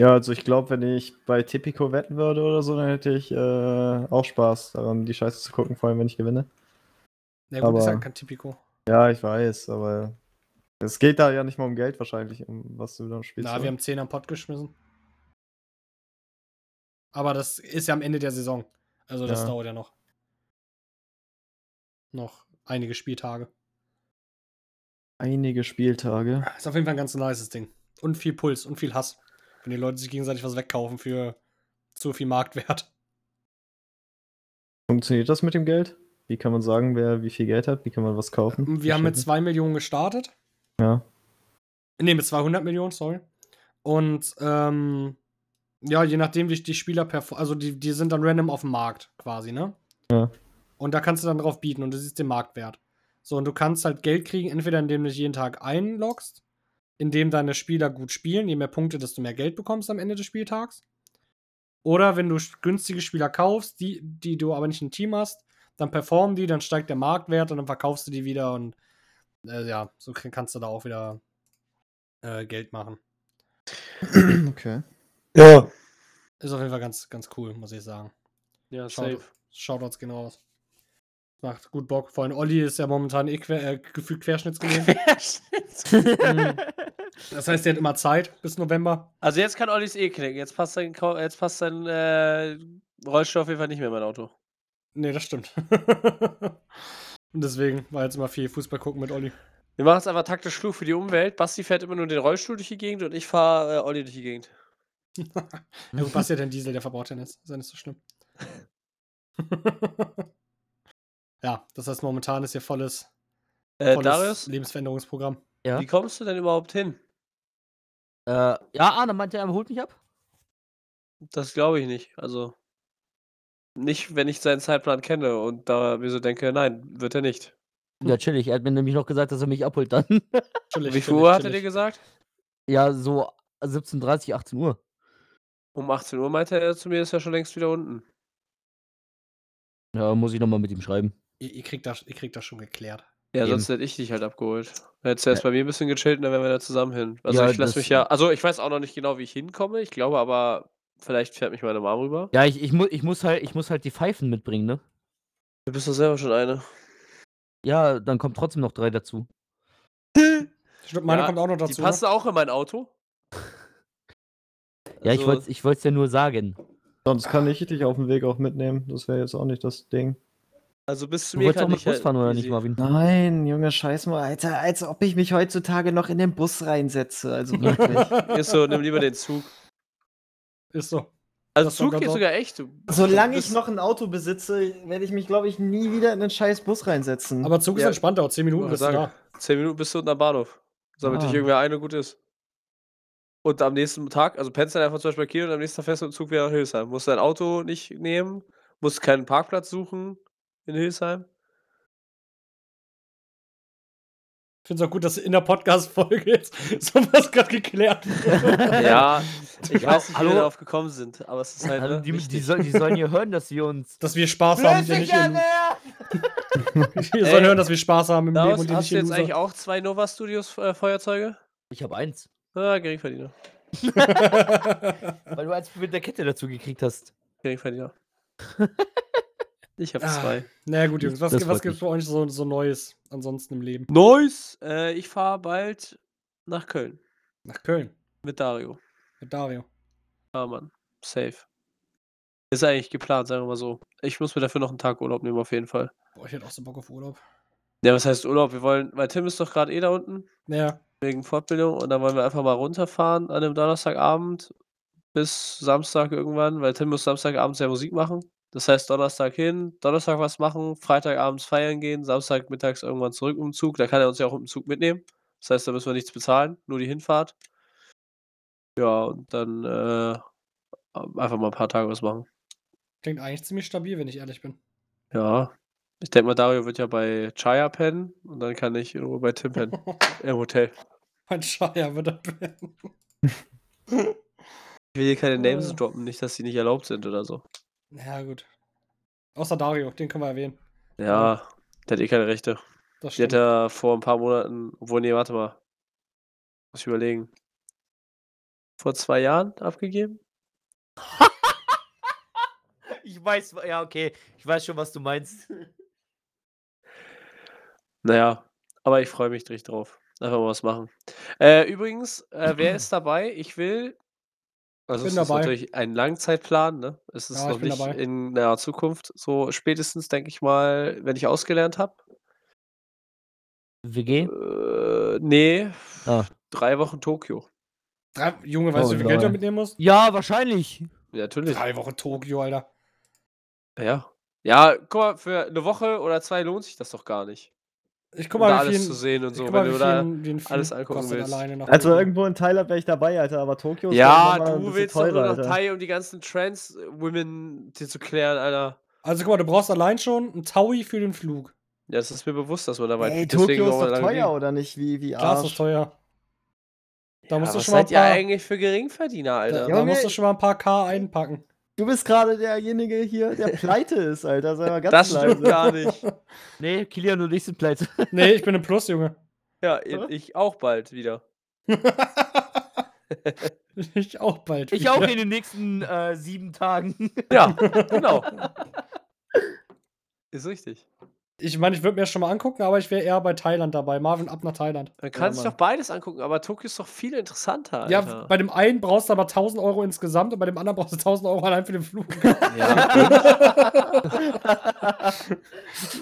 [SPEAKER 3] Ja, also ich glaube, wenn ich bei Tipico wetten würde oder so, dann hätte ich äh, auch Spaß daran, die Scheiße zu gucken, vor allem wenn ich gewinne.
[SPEAKER 1] Na gut, ist
[SPEAKER 3] Aber-
[SPEAKER 1] ja kein Typico.
[SPEAKER 3] Ja, ich weiß, aber es geht da ja nicht mal um Geld wahrscheinlich, um was du dann spielst.
[SPEAKER 1] Na,
[SPEAKER 3] oder?
[SPEAKER 1] wir haben 10 am Pott geschmissen. Aber das ist ja am Ende der Saison. Also das
[SPEAKER 3] Ja.
[SPEAKER 1] dauert ja noch. Noch einige Spieltage.
[SPEAKER 3] einige Spieltage.
[SPEAKER 1] Ist auf jeden Fall ein ganz nices Ding. Und viel Puls und viel Hass. Wenn die Leute sich gegenseitig was wegkaufen für zu viel Marktwert.
[SPEAKER 3] Funktioniert das mit dem Geld? Wie kann man sagen, wer wie viel Geld hat? Wie kann man was kaufen?
[SPEAKER 1] Ähm, Wir haben mit 2 Millionen gestartet.
[SPEAKER 3] Ja.
[SPEAKER 1] Ne, mit 200 Millionen, sorry. Und ähm, ja, je nachdem, wie die Spieler performen, also die, die sind dann random auf dem Markt quasi, ne?
[SPEAKER 3] Ja.
[SPEAKER 1] Und da kannst du dann drauf bieten und du siehst den Marktwert. So, und du kannst halt Geld kriegen, entweder indem du dich jeden Tag einloggst, indem deine Spieler gut spielen, je mehr Punkte, desto mehr Geld bekommst am Ende des Spieltags. Oder wenn du sch- günstige Spieler kaufst, die, die du aber nicht im Team hast, dann performen die, dann steigt der Marktwert und dann verkaufst du die wieder und äh, ja, so k- kannst du da auch wieder äh, Geld machen.
[SPEAKER 3] Okay.
[SPEAKER 4] Ja.
[SPEAKER 1] Ist auf jeden Fall ganz, ganz cool, muss ich sagen.
[SPEAKER 4] Ja,
[SPEAKER 1] Shout-
[SPEAKER 4] safe.
[SPEAKER 1] Shoutouts gehen raus. Macht gut Bock. Vor allem Olli ist ja momentan eh quer, äh, gefühlt
[SPEAKER 4] *laughs*
[SPEAKER 1] querschnittsgelähmt. Mhm. das heißt, der hat immer Zeit bis November.
[SPEAKER 4] Also jetzt kann Ollis eh knicken. Jetzt passt sein, Ko- jetzt passt sein äh, Rollstuhl auf jeden Fall nicht mehr in mein Auto.
[SPEAKER 1] Nee, das stimmt. *laughs* und deswegen war jetzt immer viel Fußball gucken mit Olli.
[SPEAKER 4] Wir machen es einfach taktisch klug für die Umwelt. Basti fährt immer nur den Rollstuhl durch die Gegend und ich fahre äh, Olli durch die Gegend.
[SPEAKER 1] Ja, gut, was ja denn Diesel, der verbraucht ja nichts. Ist ja nicht so schlimm. *laughs* ja, das heißt, momentan ist hier volles,
[SPEAKER 4] Äh,
[SPEAKER 1] volles
[SPEAKER 4] Darius,
[SPEAKER 1] Lebensveränderungsprogramm.
[SPEAKER 2] Ja.
[SPEAKER 4] wie kommst du denn überhaupt hin?
[SPEAKER 2] Äh, ja, Arne meinte, er holt mich ab.
[SPEAKER 4] Das glaube ich nicht. Also nicht, wenn ich seinen Zeitplan kenne und da mir so denke, nein, wird er nicht. Um
[SPEAKER 2] Ja, chillig. Er hat mir nämlich noch gesagt, dass er mich abholt dann. *laughs*
[SPEAKER 1] Chillig,
[SPEAKER 4] Wie viel
[SPEAKER 1] chillig,
[SPEAKER 4] Uhr hat er dir
[SPEAKER 1] chillig.
[SPEAKER 4] gesagt?
[SPEAKER 2] ja, so 17.30, 18 Uhr.
[SPEAKER 4] Um 18 Uhr meinte er zu mir, ist ja schon längst wieder unten.
[SPEAKER 2] Ja, muss ich nochmal mit ihm schreiben.
[SPEAKER 1] Ihr, ihr, kriegt das, ihr kriegt das schon geklärt.
[SPEAKER 4] Ja,
[SPEAKER 2] Eben.
[SPEAKER 4] sonst hätte ich dich halt abgeholt. Dann Hättest du erst bei mir ein bisschen gechillt und dann wären wir da zusammen hin. Also
[SPEAKER 2] Ja,
[SPEAKER 4] ich lasse
[SPEAKER 2] das-
[SPEAKER 4] mich ja. Also ich weiß auch noch nicht genau, wie ich hinkomme. Ich glaube aber, vielleicht fährt mich meine Mom rüber.
[SPEAKER 2] Ja, ich, ich, mu ich, muss, halt, ich muss halt die Pfeifen mitbringen, ne?
[SPEAKER 4] Du bist doch selber schon eine.
[SPEAKER 2] Ja, dann kommt trotzdem noch drei dazu.
[SPEAKER 1] Stimmt, meine
[SPEAKER 4] Ja,
[SPEAKER 1] kommt auch noch
[SPEAKER 4] Die
[SPEAKER 1] dazu. ne?
[SPEAKER 4] passen auch in mein Auto. Also,
[SPEAKER 2] Ja, ich wollte es ich wollt's ja nur sagen.
[SPEAKER 3] Sonst kann ich dich auf dem Weg auch mitnehmen. Das wäre jetzt auch nicht das Ding.
[SPEAKER 4] Also bis zu
[SPEAKER 2] Du
[SPEAKER 4] mir
[SPEAKER 2] wolltest
[SPEAKER 4] kann
[SPEAKER 2] auch mit
[SPEAKER 4] ich
[SPEAKER 2] Bus
[SPEAKER 4] halt
[SPEAKER 2] fahren, oder nicht,
[SPEAKER 4] easy-
[SPEAKER 2] Marvin?
[SPEAKER 3] Nein, Junge, scheiß mal, Alter. Als ob ich mich heutzutage noch in den Bus reinsetze. Also wirklich.
[SPEAKER 4] Ist so, nimm lieber den Zug.
[SPEAKER 1] *laughs* Ist so.
[SPEAKER 4] Also
[SPEAKER 1] Das war
[SPEAKER 4] Zug
[SPEAKER 1] ganz
[SPEAKER 4] geht
[SPEAKER 1] auch-
[SPEAKER 4] sogar echt.
[SPEAKER 3] Solange
[SPEAKER 4] Das-
[SPEAKER 3] ich noch ein Auto besitze, werde ich mich, glaube ich, nie wieder in den scheiß Bus reinsetzen.
[SPEAKER 1] Aber Zug ist
[SPEAKER 4] Mhm. Ja.
[SPEAKER 1] entspannt, dauert 10 Minuten
[SPEAKER 4] Wollte
[SPEAKER 1] bist du
[SPEAKER 4] sagen.
[SPEAKER 1] da.
[SPEAKER 4] Zehn Minuten bist du unten am Bahnhof. Sammelt
[SPEAKER 3] Ah.
[SPEAKER 4] dich irgendwer ein und gut ist. Und am nächsten Tag, also pennst dann einfach zum Beispiel bei Kiel und am nächsten Tag fährst du im Zug wieder nach Hildesheim. Musst dein Auto nicht nehmen, musst keinen Parkplatz suchen in Hildesheim.
[SPEAKER 1] Ich finde es auch gut, dass in der Podcast-Folge jetzt *laughs* sowas gerade geklärt wird.
[SPEAKER 4] Ja, *laughs*
[SPEAKER 2] Ja,
[SPEAKER 4] ich weiß nicht, wie wir
[SPEAKER 2] hallo.
[SPEAKER 4] darauf gekommen sind, aber es ist halt.
[SPEAKER 2] Also
[SPEAKER 4] ne,
[SPEAKER 2] die, die,
[SPEAKER 4] wichtig.
[SPEAKER 2] soll, die sollen hier hören, dass wir
[SPEAKER 1] *laughs*
[SPEAKER 2] uns.
[SPEAKER 1] Dass wir Spaß haben, die nicht in, Ihr
[SPEAKER 4] Ey.
[SPEAKER 1] sollt hören, dass *laughs* wir Spaß haben im Leben
[SPEAKER 4] Daraus
[SPEAKER 1] und die
[SPEAKER 4] hast
[SPEAKER 1] nicht
[SPEAKER 4] du
[SPEAKER 1] in
[SPEAKER 4] jetzt
[SPEAKER 1] Loser.
[SPEAKER 4] eigentlich auch zwei Nova Studios äh, Feuerzeuge?
[SPEAKER 2] Ich habe eins.
[SPEAKER 4] Ah, Geringverdiener.
[SPEAKER 1] *laughs*
[SPEAKER 2] Weil du eins mit der Kette dazu gekriegt hast.
[SPEAKER 4] Geringverdiener. *laughs* ich habe
[SPEAKER 1] Ah.
[SPEAKER 4] zwei.
[SPEAKER 1] naja, gut, Jungs, was,
[SPEAKER 2] Das
[SPEAKER 1] was
[SPEAKER 2] freut
[SPEAKER 1] gibt's bei euch so, so Neues ansonsten im Leben?
[SPEAKER 4] Nice! Äh, ich fahre bald nach Köln
[SPEAKER 1] Nach Köln,
[SPEAKER 4] mit Dario.
[SPEAKER 1] mit Dario.
[SPEAKER 4] Ja, Mann. Safe. Ist eigentlich geplant, sagen wir mal so. Ich muss mir dafür noch einen Tag Urlaub nehmen, auf jeden Fall.
[SPEAKER 1] Boah, ich hätte auch so Bock auf Urlaub.
[SPEAKER 4] Ja, was heißt Urlaub? Wir wollen, weil Tim ist doch gerade eh da unten,
[SPEAKER 1] Naja,
[SPEAKER 4] wegen Fortbildung, und dann wollen wir einfach mal runterfahren an dem Donnerstagabend bis Samstag irgendwann, weil Tim muss Samstagabend ja Musik machen. Das heißt, Donnerstag hin, Donnerstag was machen, Freitagabends feiern gehen, Samstagmittags irgendwann zurück im Zug. Da kann er uns ja auch im Zug mitnehmen. Das heißt, da müssen wir nichts bezahlen, nur die Hinfahrt. Ja, und dann äh, einfach mal ein paar Tage was machen.
[SPEAKER 1] klingt eigentlich ziemlich stabil, wenn ich ehrlich bin. *laughs*
[SPEAKER 4] Ja. Ich denke mal, Dario wird ja bei Chaya pennen und dann kann ich in Ruhe bei Tim pennen. Im Hotel.
[SPEAKER 1] Mein Scheier wird ab. *laughs*
[SPEAKER 4] Ich will hier keine Names
[SPEAKER 1] Äh.
[SPEAKER 4] droppen, nicht, dass sie nicht erlaubt sind oder so.
[SPEAKER 1] Ja, gut. Außer Dario, den können wir erwähnen.
[SPEAKER 4] Ja, der hat eh keine Rechte.
[SPEAKER 1] Das
[SPEAKER 4] Die hat
[SPEAKER 1] stimmt.
[SPEAKER 4] ja vor ein paar Monaten, obwohl, nee, warte mal. Muss ich überlegen. Vor zwei Jahren abgegeben?
[SPEAKER 2] Ich weiß, ja, okay. Ich weiß schon, was du meinst.
[SPEAKER 4] Naja, aber ich freue mich richtig drauf. Einfach mal was machen. Äh, übrigens, äh, wer *clears throat* ist dabei? Ich will. Also,
[SPEAKER 1] bin
[SPEAKER 4] es ist
[SPEAKER 1] dabei.
[SPEAKER 4] natürlich ein Langzeitplan, ne? Es ist
[SPEAKER 1] Ja, ich
[SPEAKER 4] noch
[SPEAKER 1] bin
[SPEAKER 4] nicht
[SPEAKER 1] dabei.
[SPEAKER 4] in naher Zukunft. So spätestens, denke ich mal, wenn ich ausgelernt habe.
[SPEAKER 2] WG?
[SPEAKER 4] Äh, nee,
[SPEAKER 2] Ah.
[SPEAKER 4] drei Wochen Tokio.
[SPEAKER 1] Drei, Junge, weißt
[SPEAKER 2] Oh,
[SPEAKER 1] du, wie viel Geld du
[SPEAKER 2] lol.
[SPEAKER 1] mitnehmen musst?
[SPEAKER 2] Ja, wahrscheinlich.
[SPEAKER 4] Ja, natürlich.
[SPEAKER 1] Drei Wochen Tokio, Alter.
[SPEAKER 4] Ja. Ja, guck mal, für eine Woche oder zwei lohnt sich das doch gar nicht.
[SPEAKER 1] Ich guck
[SPEAKER 4] Um
[SPEAKER 1] mal,
[SPEAKER 4] da
[SPEAKER 1] wie
[SPEAKER 4] alles zu
[SPEAKER 1] viel.
[SPEAKER 4] sehen und
[SPEAKER 1] Ich
[SPEAKER 4] so.
[SPEAKER 1] guck
[SPEAKER 4] Wenn
[SPEAKER 1] mal,
[SPEAKER 4] du
[SPEAKER 1] wie
[SPEAKER 4] da.
[SPEAKER 1] viel den Flug
[SPEAKER 4] alles angucken
[SPEAKER 1] kostet
[SPEAKER 4] willst.
[SPEAKER 1] alleine nach
[SPEAKER 3] Also
[SPEAKER 1] Tokio.
[SPEAKER 3] irgendwo in Thailand wäre ich dabei, Alter, aber Tokio ist
[SPEAKER 4] Ja,
[SPEAKER 3] dann nochmal ein
[SPEAKER 4] du
[SPEAKER 3] bisschen
[SPEAKER 4] willst doch nur nach
[SPEAKER 3] Alter.
[SPEAKER 4] Thai, um die ganzen Trans-Women dir zu klären, Alter.
[SPEAKER 1] Also guck mal, du brauchst allein schon einen Taui für den Flug.
[SPEAKER 4] Ja, das ist mir bewusst, dass man dabei.
[SPEAKER 3] Ey,
[SPEAKER 4] deswegen
[SPEAKER 3] Tokio ist
[SPEAKER 4] wollen wir
[SPEAKER 3] doch
[SPEAKER 4] lange
[SPEAKER 3] teuer,
[SPEAKER 4] liegen.
[SPEAKER 3] oder nicht? Wie, wie
[SPEAKER 1] Klar ist das
[SPEAKER 3] Arsch.
[SPEAKER 1] teuer. Da musst du
[SPEAKER 4] was
[SPEAKER 1] schon mal ein
[SPEAKER 4] seid ihr
[SPEAKER 1] paar-
[SPEAKER 4] eigentlich für Geringverdiener,
[SPEAKER 1] Da,
[SPEAKER 4] Alter?
[SPEAKER 1] da
[SPEAKER 3] Junge,
[SPEAKER 1] musst du schon mal ein paar K einpacken.
[SPEAKER 3] Du bist gerade derjenige hier,
[SPEAKER 4] *laughs*
[SPEAKER 3] der pleite ist, Alter. Sei mal ganz
[SPEAKER 4] das stimmt
[SPEAKER 3] leise.
[SPEAKER 4] gar nicht.
[SPEAKER 2] Nee, Kilian und ich sind pleite.
[SPEAKER 1] Nee, ich bin im Plus, Junge. *laughs*
[SPEAKER 4] Ja, i- ich auch bald wieder.
[SPEAKER 1] ich auch bald.
[SPEAKER 2] Ich
[SPEAKER 1] wieder.
[SPEAKER 2] auch in den nächsten äh, sieben Tagen.
[SPEAKER 4] Ja,
[SPEAKER 1] *laughs*
[SPEAKER 4] genau. Ist richtig.
[SPEAKER 1] Ich meine, ich würde mir das schon mal angucken, aber ich wäre eher bei Thailand dabei. Marvin, ab nach Thailand.
[SPEAKER 4] Man kann sich doch beides angucken, aber Tokio ist doch viel interessanter.
[SPEAKER 1] Ja,
[SPEAKER 4] Alter.
[SPEAKER 1] bei dem einen brauchst du aber 1000 Euro insgesamt und bei dem anderen brauchst du 1000 Euro allein für den Flug.
[SPEAKER 2] *laughs*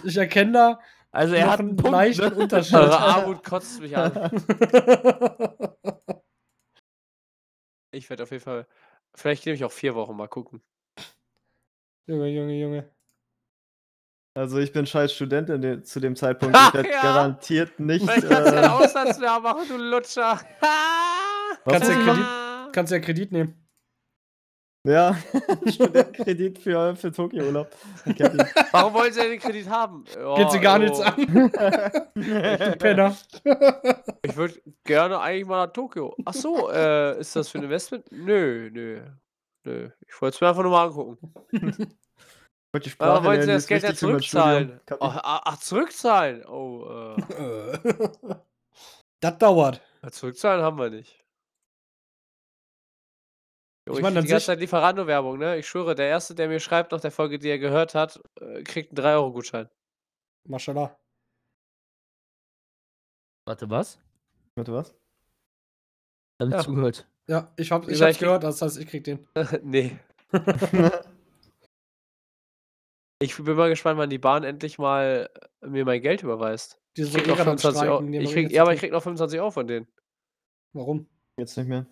[SPEAKER 1] ich erkenne da
[SPEAKER 2] Also er
[SPEAKER 1] noch
[SPEAKER 2] hat einen Punkt.
[SPEAKER 1] leichten
[SPEAKER 2] ne?
[SPEAKER 4] Eure
[SPEAKER 1] Unterschied.
[SPEAKER 4] Armut kotzt
[SPEAKER 1] *laughs*
[SPEAKER 4] mich an. Ich werde auf jeden Fall. Vielleicht nehme ich auch vier Wochen
[SPEAKER 1] *laughs*
[SPEAKER 4] mal gucken.
[SPEAKER 1] Junge, Junge, Junge.
[SPEAKER 3] Also ich bin scheiß Student in dem- zu dem Zeitpunkt.
[SPEAKER 4] Ha,
[SPEAKER 3] Ich werde
[SPEAKER 4] ja.
[SPEAKER 3] garantiert nicht.
[SPEAKER 4] Vielleicht kannst du ein
[SPEAKER 3] Äh,
[SPEAKER 4] Auslandsjahr machen, du Lutscher. *laughs*
[SPEAKER 1] Kannst du
[SPEAKER 4] Ah.
[SPEAKER 1] ja Kredit, kannst ja Kredit nehmen.
[SPEAKER 3] ja, *laughs* Studentenkredit für, für Tokio-Urlaub. Ich kenn ihn.
[SPEAKER 4] Warum wollen sie denn den Kredit haben? Ja,
[SPEAKER 1] Geht sie gar
[SPEAKER 4] also,
[SPEAKER 2] *laughs*
[SPEAKER 1] nichts an, du Penner.
[SPEAKER 4] Ich würde gerne eigentlich mal nach Tokio. Ach so,
[SPEAKER 1] *laughs*
[SPEAKER 4] äh, ist das für ein Investment? Nö, nö. Nö. Ich wollte es mir einfach nur mal angucken.
[SPEAKER 3] Wollte die Sprache
[SPEAKER 4] Warum wollen sie
[SPEAKER 3] lernen,
[SPEAKER 4] das
[SPEAKER 3] die ist
[SPEAKER 4] Geld ja
[SPEAKER 3] wichtig für mein
[SPEAKER 4] zurückzahlen?
[SPEAKER 3] Studium. Kapi-
[SPEAKER 4] Ach, ach, ach, zurückzahlen? Oh, äh.
[SPEAKER 1] Äh. das dauert.
[SPEAKER 4] Ja, Zurückzahlen haben wir nicht. Jo,
[SPEAKER 1] Ich
[SPEAKER 4] ich
[SPEAKER 1] meine,
[SPEAKER 4] meine,
[SPEAKER 1] an
[SPEAKER 4] die ganze
[SPEAKER 1] sich-
[SPEAKER 4] Zeit Lieferando-Werbung, ne? Ich schwöre, der Erste, der mir schreibt nach der Folge, die er gehört hat, äh, kriegt einen 3-Euro-Gutschein.
[SPEAKER 1] Maschallah.
[SPEAKER 2] Warte, was?
[SPEAKER 3] Warte, was?
[SPEAKER 2] Damit
[SPEAKER 4] Ja.
[SPEAKER 2] zugehört.
[SPEAKER 1] Ja, ich, hab, ich
[SPEAKER 4] Vielleicht
[SPEAKER 1] hab's gehört, das heißt, ich krieg den.
[SPEAKER 4] *laughs*
[SPEAKER 1] *laughs*
[SPEAKER 4] nee. Ich bin mal gespannt, wann die Bahn endlich mal äh, mir mein Geld überweist.
[SPEAKER 1] Die
[SPEAKER 4] Ich krieg noch 25 Euro. Ich krieg, ja, aber ich krieg noch 25 Euro von denen.
[SPEAKER 1] Warum?
[SPEAKER 3] Jetzt nicht mehr.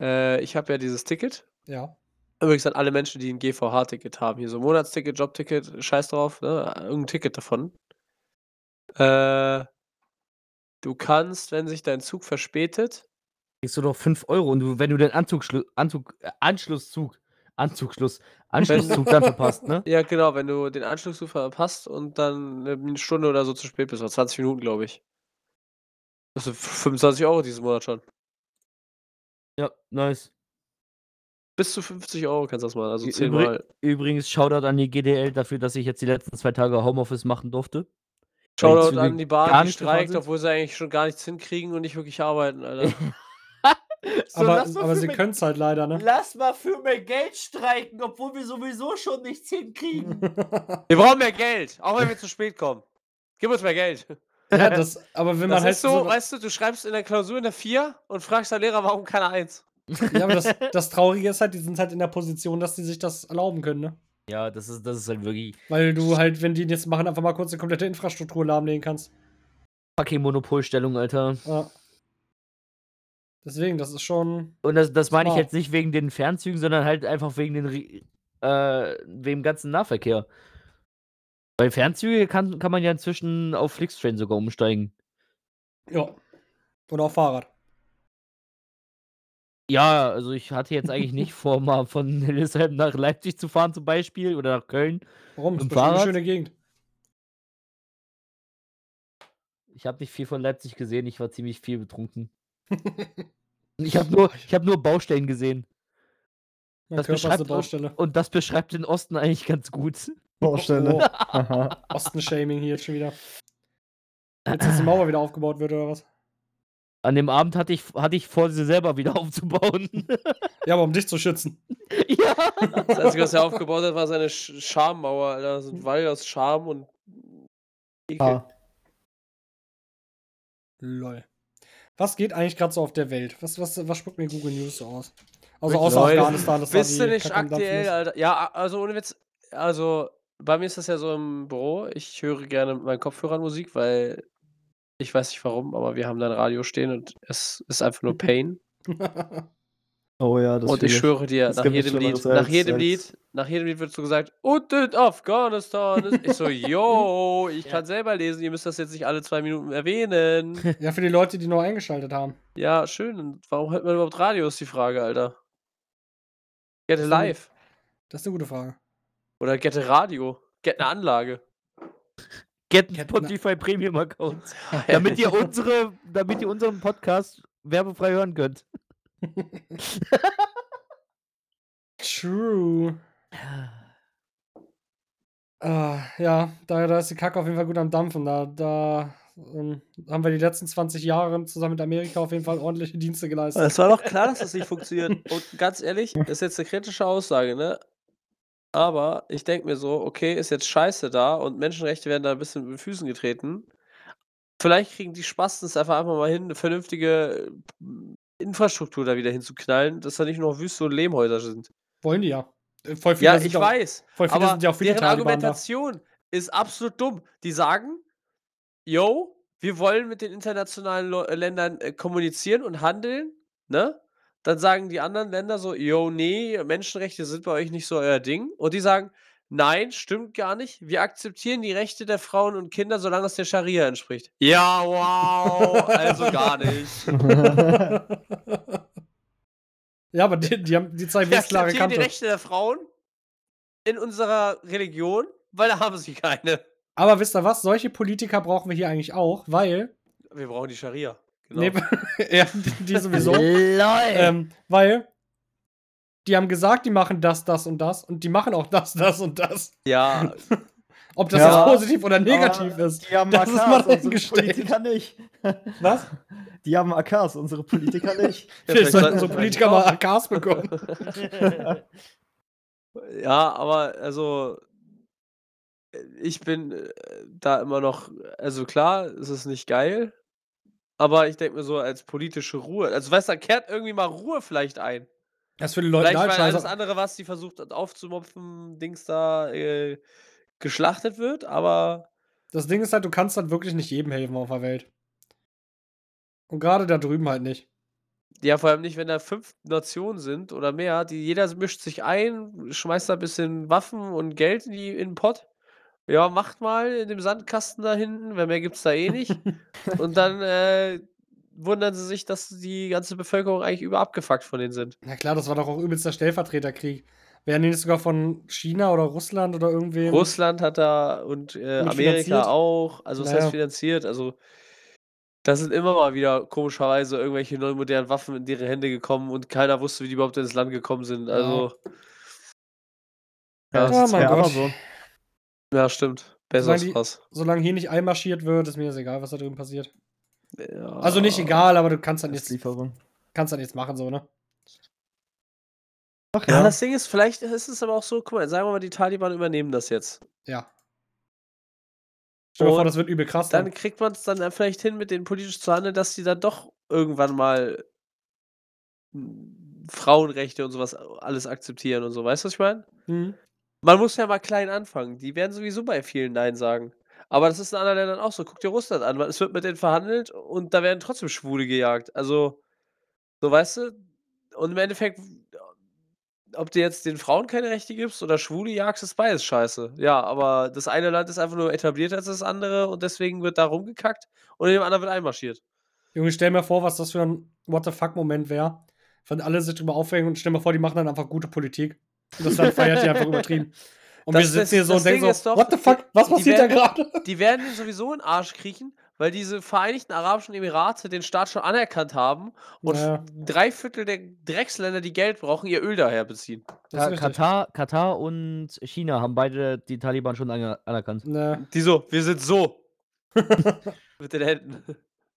[SPEAKER 4] Äh, ich habe ja dieses Ticket.
[SPEAKER 1] Ja.
[SPEAKER 4] Übrigens an alle Menschen, die ein GVH-Ticket haben. Hier so Monatsticket, Jobticket, scheiß drauf, ne? Irgendein Ticket davon. Äh, du kannst, wenn sich dein Zug verspätet,
[SPEAKER 2] Kriegst du noch 5 Euro und du, wenn du den Anzug, Anzug, äh, Anschlusszug, Anzugschluss, Anschlusszug dann verpasst, ne?
[SPEAKER 4] ja genau, wenn du den Anschlusszug verpasst und dann eine Stunde oder so zu spät bist, oder 20 Minuten, glaube ich. Das sind 25 Euro diesen Monat schon.
[SPEAKER 2] *laughs* Ja, nice.
[SPEAKER 4] Bis zu 50 Euro kannst du das machen, also
[SPEAKER 2] Ü-
[SPEAKER 4] 10
[SPEAKER 2] übrig-
[SPEAKER 4] Mal.
[SPEAKER 2] Übrigens, Shoutout an die GDL dafür, dass ich jetzt die letzten zwei Tage Homeoffice machen durfte. Weil die
[SPEAKER 4] Shoutout
[SPEAKER 2] Züge
[SPEAKER 4] an die
[SPEAKER 2] gar
[SPEAKER 4] Bahn, die
[SPEAKER 2] nicht gefahren
[SPEAKER 4] streikt,
[SPEAKER 2] sind.
[SPEAKER 4] obwohl sie eigentlich schon gar nichts hinkriegen und nicht wirklich arbeiten, Alter.
[SPEAKER 2] So,
[SPEAKER 1] Aber,
[SPEAKER 2] lass mal
[SPEAKER 1] aber
[SPEAKER 2] für
[SPEAKER 1] sie
[SPEAKER 2] mein-
[SPEAKER 1] können's halt leider,
[SPEAKER 4] *laughs*
[SPEAKER 1] ne?
[SPEAKER 2] Lass mal für mein Geld streiken, obwohl wir sowieso schon nichts hinkriegen.
[SPEAKER 4] Wir brauchen mehr Geld, auch wenn wir zu spät kommen. Gib uns mehr Geld.
[SPEAKER 1] ja, das, aber wenn man
[SPEAKER 4] Das
[SPEAKER 1] halt
[SPEAKER 4] ist so, weißt du, du schreibst in der Klausur eine 4 und fragst deinen Lehrer, warum keine 1.
[SPEAKER 1] *laughs* ja, aber das, das Traurige ist halt, die sind halt in der Position, dass die sich das erlauben können, ne?
[SPEAKER 2] *laughs* Ja, das ist, das ist halt wirklich
[SPEAKER 1] Weil du halt, wenn die jetzt machen, einfach mal kurz eine komplette Infrastruktur lahmlegen kannst.
[SPEAKER 2] fucking Monopolstellung, Alter.
[SPEAKER 1] Ja. Deswegen, das ist schon.
[SPEAKER 2] Und das, das meine ich
[SPEAKER 1] Smart.
[SPEAKER 2] jetzt nicht wegen den Fernzügen, sondern halt einfach wegen den Ri- äh, wegen dem ganzen Nahverkehr. Bei Fernzüge kann, kann man ja inzwischen auf Flixtrain sogar umsteigen.
[SPEAKER 1] Ja. Oder auf Fahrrad.
[SPEAKER 2] Ja, also ich hatte jetzt eigentlich *laughs* nicht vor, mal von Hildesheim nach Leipzig zu fahren zum Beispiel oder nach Köln.
[SPEAKER 1] Warum? Das
[SPEAKER 2] Mit
[SPEAKER 1] ist bestimmt
[SPEAKER 2] dem
[SPEAKER 1] eine
[SPEAKER 2] Fahrrad?
[SPEAKER 1] schöne Gegend.
[SPEAKER 2] Ich habe nicht viel von Leipzig gesehen, ich war ziemlich viel *laughs* betrunken. ich habe nur, ich hab nur Baustellen gesehen.
[SPEAKER 1] Mein
[SPEAKER 2] Das
[SPEAKER 1] Körper ist eine
[SPEAKER 2] beschreibt uns-
[SPEAKER 1] Baustelle.
[SPEAKER 2] Und das beschreibt den Osten eigentlich ganz gut.
[SPEAKER 3] Baustelle.
[SPEAKER 1] Oh,
[SPEAKER 3] Haha.
[SPEAKER 1] Ostenshaming hier jetzt schon wieder. Jetzt, dass die Mauer wieder aufgebaut wird oder was?
[SPEAKER 2] An dem Abend hatte ich, hatte ich vor, sie selber wieder *laughs* aufzubauen.
[SPEAKER 1] Ja, aber um dich zu schützen.
[SPEAKER 2] ja.
[SPEAKER 4] Das Einzige, *laughs* was er aufgebaut hat, war seine Sch Schammauer, Alter. So ein Wall aus Scham und Mhm. Ekel.
[SPEAKER 3] Ah.
[SPEAKER 1] Lol. Was geht eigentlich gerade so auf der Welt? Was, was, was spuckt mir Google News so aus? Also
[SPEAKER 4] Wirklich,
[SPEAKER 1] außer
[SPEAKER 4] Leute,
[SPEAKER 1] Afghanistan, das war
[SPEAKER 4] Bist du
[SPEAKER 1] die
[SPEAKER 4] nicht
[SPEAKER 1] Kacke am Dampf
[SPEAKER 4] aktuell,
[SPEAKER 1] News.
[SPEAKER 4] Alter? Ja, also ohne Witz. Also bei mir ist das ja so im Büro. Ich höre gerne mit meinen Kopfhörern Musik, weil ich weiß nicht warum, aber wir haben da ein Radio stehen und es ist einfach nur Pain.
[SPEAKER 3] Oh ja, das
[SPEAKER 4] und ich
[SPEAKER 3] fühl
[SPEAKER 4] schwöre dir,
[SPEAKER 3] Es
[SPEAKER 4] nach
[SPEAKER 3] gibt nichts
[SPEAKER 4] jedem, Lied,
[SPEAKER 3] Schlimmeres
[SPEAKER 4] nach
[SPEAKER 3] als-
[SPEAKER 4] jedem
[SPEAKER 3] als-
[SPEAKER 4] Lied, nach jedem Lied wird so gesagt, und in Afghanistan ist. Ich so, yo, ich
[SPEAKER 2] Ja.
[SPEAKER 4] kann selber lesen, ihr müsst das jetzt nicht alle zwei
[SPEAKER 1] *laughs*
[SPEAKER 4] Minuten erwähnen.
[SPEAKER 1] *laughs* Ja, für die Leute, die neu eingeschaltet haben.
[SPEAKER 4] ja, schön. Und warum hört man überhaupt Radio, ist die Frage, Alter.
[SPEAKER 1] Das
[SPEAKER 4] Get a
[SPEAKER 1] ist eine-
[SPEAKER 4] live.
[SPEAKER 1] Das ist eine gute Frage.
[SPEAKER 4] Oder get a Radio. Get eine Anlage.
[SPEAKER 2] Get einen
[SPEAKER 1] Get-
[SPEAKER 2] Spotify Premium *laughs* Account. Damit ihr unsere, damit ihr unseren Podcast werbefrei hören könnt.
[SPEAKER 1] True. Ah, ja, da, da ist die Kacke auf jeden Fall gut am Dampfen. Da, da ähm, haben wir die letzten 20 Jahre zusammen mit Amerika auf jeden Fall ordentliche Dienste geleistet.
[SPEAKER 4] Es war doch klar, dass das nicht funktioniert. Und ganz ehrlich, ist jetzt eine kritische Aussage, ne? Aber ich denke mir so, okay, ist jetzt scheiße da und Menschenrechte werden da ein bisschen mit den Füßen getreten. Vielleicht kriegen die Spasten es einfach einfach mal hin, eine vernünftige äh, Infrastruktur da wieder hinzuknallen, dass da nicht nur noch Wüste und Lehmhäuser sind.
[SPEAKER 1] Wollen die ja. Äh, Voll viele
[SPEAKER 4] Ja,
[SPEAKER 1] sind
[SPEAKER 4] ich
[SPEAKER 1] ja auch-
[SPEAKER 4] weiß.
[SPEAKER 1] Voll viele
[SPEAKER 4] Aber
[SPEAKER 1] sind ja auch für die
[SPEAKER 4] deren
[SPEAKER 1] Taliban da.
[SPEAKER 4] Argumentation ist absolut dumm. Die sagen, yo, wir wollen mit den internationalen Lo äh, Ländern äh, kommunizieren und handeln, ne? Dann sagen die anderen Länder so, yo, nee, Menschenrechte sind bei euch nicht so euer Ding. Und die sagen, nein, stimmt gar nicht. Wir akzeptieren die Rechte der Frauen und Kinder, solange es der Scharia entspricht. Ja, wow, also *laughs* gar nicht.
[SPEAKER 3] *laughs*
[SPEAKER 1] ja, aber die, die, haben, die
[SPEAKER 4] *laughs*
[SPEAKER 1] zeigen
[SPEAKER 4] Wir
[SPEAKER 1] jetzt klare
[SPEAKER 4] akzeptieren die
[SPEAKER 1] Kante.
[SPEAKER 4] Rechte der Frauen in unserer Religion, weil da haben sie keine.
[SPEAKER 1] Aber wisst ihr was? Solche Politiker brauchen wir hier eigentlich auch, weil.
[SPEAKER 4] Wir brauchen die Scharia. Genau.
[SPEAKER 1] Nee, *laughs* ja, die, die sowieso.
[SPEAKER 2] Äh. Lol.
[SPEAKER 1] ähm, weil. Die haben gesagt, die machen das, das und das. Und die machen auch das, das und das.
[SPEAKER 4] Ja, äh,
[SPEAKER 1] Ob das
[SPEAKER 3] Ja.
[SPEAKER 1] jetzt positiv oder negativ
[SPEAKER 4] Ah.
[SPEAKER 3] Aber
[SPEAKER 1] ist.
[SPEAKER 3] Die haben
[SPEAKER 1] Das
[SPEAKER 3] AKs,
[SPEAKER 1] ist mal
[SPEAKER 3] unsere
[SPEAKER 1] dahingestellt.
[SPEAKER 3] Politiker nicht.
[SPEAKER 1] Was?
[SPEAKER 3] Die haben AKs, unsere Politiker nicht. *laughs*
[SPEAKER 1] Vielleicht sollten so
[SPEAKER 4] sollten wir vielleicht
[SPEAKER 1] Politiker mal AKs bekommen.
[SPEAKER 4] *laughs* Ja, aber also äh, ich bin äh, da immer noch, also klar, es ist nicht geil, Aber ich denke mir so, als politische Ruhe. Also, weißt du, da kehrt irgendwie mal Ruhe vielleicht ein.
[SPEAKER 1] Das ist für die Leute
[SPEAKER 4] Vielleicht,
[SPEAKER 1] halt
[SPEAKER 4] weil alles
[SPEAKER 1] scheiße.
[SPEAKER 4] andere, was die versucht hat aufzumopfen, Dings da äh, geschlachtet wird, aber
[SPEAKER 1] Das Ding ist halt, du kannst halt wirklich nicht jedem helfen auf der Welt. Und gerade da drüben halt nicht.
[SPEAKER 4] ja, vor allem nicht, wenn da fünf Nationen sind oder mehr, die jeder mischt sich ein, schmeißt da ein bisschen Waffen und Geld in, die, in den Pott. Ja, macht mal in dem Sandkasten da hinten, weil mehr gibt's da eh nicht. und dann äh, wundern sie sich, dass die ganze Bevölkerung eigentlich über abgefuckt von denen sind.
[SPEAKER 1] Na klar, das war doch auch übelster Stellvertreterkrieg. Wären die nicht sogar von China oder Russland oder irgendwem?
[SPEAKER 4] Russland hat da und äh,
[SPEAKER 1] Und
[SPEAKER 4] Amerika
[SPEAKER 1] finanziert?
[SPEAKER 4] auch, also das
[SPEAKER 1] Naja.
[SPEAKER 4] heißt finanziert, also das sind immer mal wieder komischerweise irgendwelche neuen modernen Waffen in deren Hände gekommen und keiner wusste, wie die überhaupt ins Land gekommen sind.
[SPEAKER 1] Ja.
[SPEAKER 4] Also
[SPEAKER 1] Ja,
[SPEAKER 4] ja, ja,
[SPEAKER 1] mein
[SPEAKER 3] ja,
[SPEAKER 1] Gott.
[SPEAKER 3] aber so.
[SPEAKER 4] stimmt. Besser
[SPEAKER 1] Solange die-
[SPEAKER 4] was.
[SPEAKER 1] Solange hier nicht einmarschiert wird, ist mir das egal, was da drüben passiert.
[SPEAKER 4] Ja.
[SPEAKER 1] Also nicht egal, aber du kannst dann nichts,
[SPEAKER 3] Hilfslieferung.
[SPEAKER 1] kannst dann nichts machen, so, ne?
[SPEAKER 3] Ach
[SPEAKER 4] Ja,
[SPEAKER 3] ja.
[SPEAKER 4] das Ding ist, vielleicht ist es aber auch so, guck mal, sagen wir mal, die Taliban übernehmen das jetzt.
[SPEAKER 1] Ja. Stell dir mal vor,
[SPEAKER 4] Und
[SPEAKER 1] das wird übel krass.
[SPEAKER 4] Dann
[SPEAKER 1] Dann,
[SPEAKER 4] kriegt man es dann äh, vielleicht hin, mit denen politisch zu handeln, dass die dann doch irgendwann mal mm, Frauenrechte und sowas äh, alles akzeptieren und so. Weißt du, was ich meine?
[SPEAKER 1] hm.
[SPEAKER 4] Man muss ja mal klein anfangen. Die werden sowieso bei vielen Nein sagen. Aber das ist in anderen Ländern auch so. Guck dir Russland an. Es wird mit denen verhandelt und da werden trotzdem Schwule gejagt. Also, so weißt du? Und im Endeffekt, ob du jetzt den Frauen keine Rechte gibst oder Schwule jagst, ist beides scheiße. Ja, aber das eine Land ist einfach nur etablierter als das andere und deswegen wird da rumgekackt und in dem anderen wird einmarschiert.
[SPEAKER 1] Junge, stell mir vor, was das für ein What the fuck-Moment wäre. Wenn alle sich drüber aufregen und stell mir vor, die machen dann einfach gute Politik. Und das dann feiert die einfach übertrieben. Und wir
[SPEAKER 4] Das-
[SPEAKER 1] sitzen
[SPEAKER 4] das-
[SPEAKER 1] hier so
[SPEAKER 4] das
[SPEAKER 1] und denken
[SPEAKER 4] Ding
[SPEAKER 1] so,
[SPEAKER 4] ist doch,
[SPEAKER 1] what the fuck, was
[SPEAKER 4] die
[SPEAKER 1] passiert da
[SPEAKER 4] werden- *laughs*
[SPEAKER 1] gerade?
[SPEAKER 4] Die werden denen sowieso in den Arsch kriechen, weil diese Vereinigten Arabischen Emirate den Staat schon anerkannt haben und
[SPEAKER 1] Ja.
[SPEAKER 4] drei Viertel der Drecksländer, die Geld brauchen, ihr Öl daher beziehen.
[SPEAKER 1] Das
[SPEAKER 2] Ja,
[SPEAKER 1] ist richtig.
[SPEAKER 2] Katar, Katar und China haben beide die Taliban schon aner anerkannt.
[SPEAKER 1] Ne.
[SPEAKER 4] Die so, wir
[SPEAKER 1] *laughs*
[SPEAKER 4] sind so. Mit den Händen.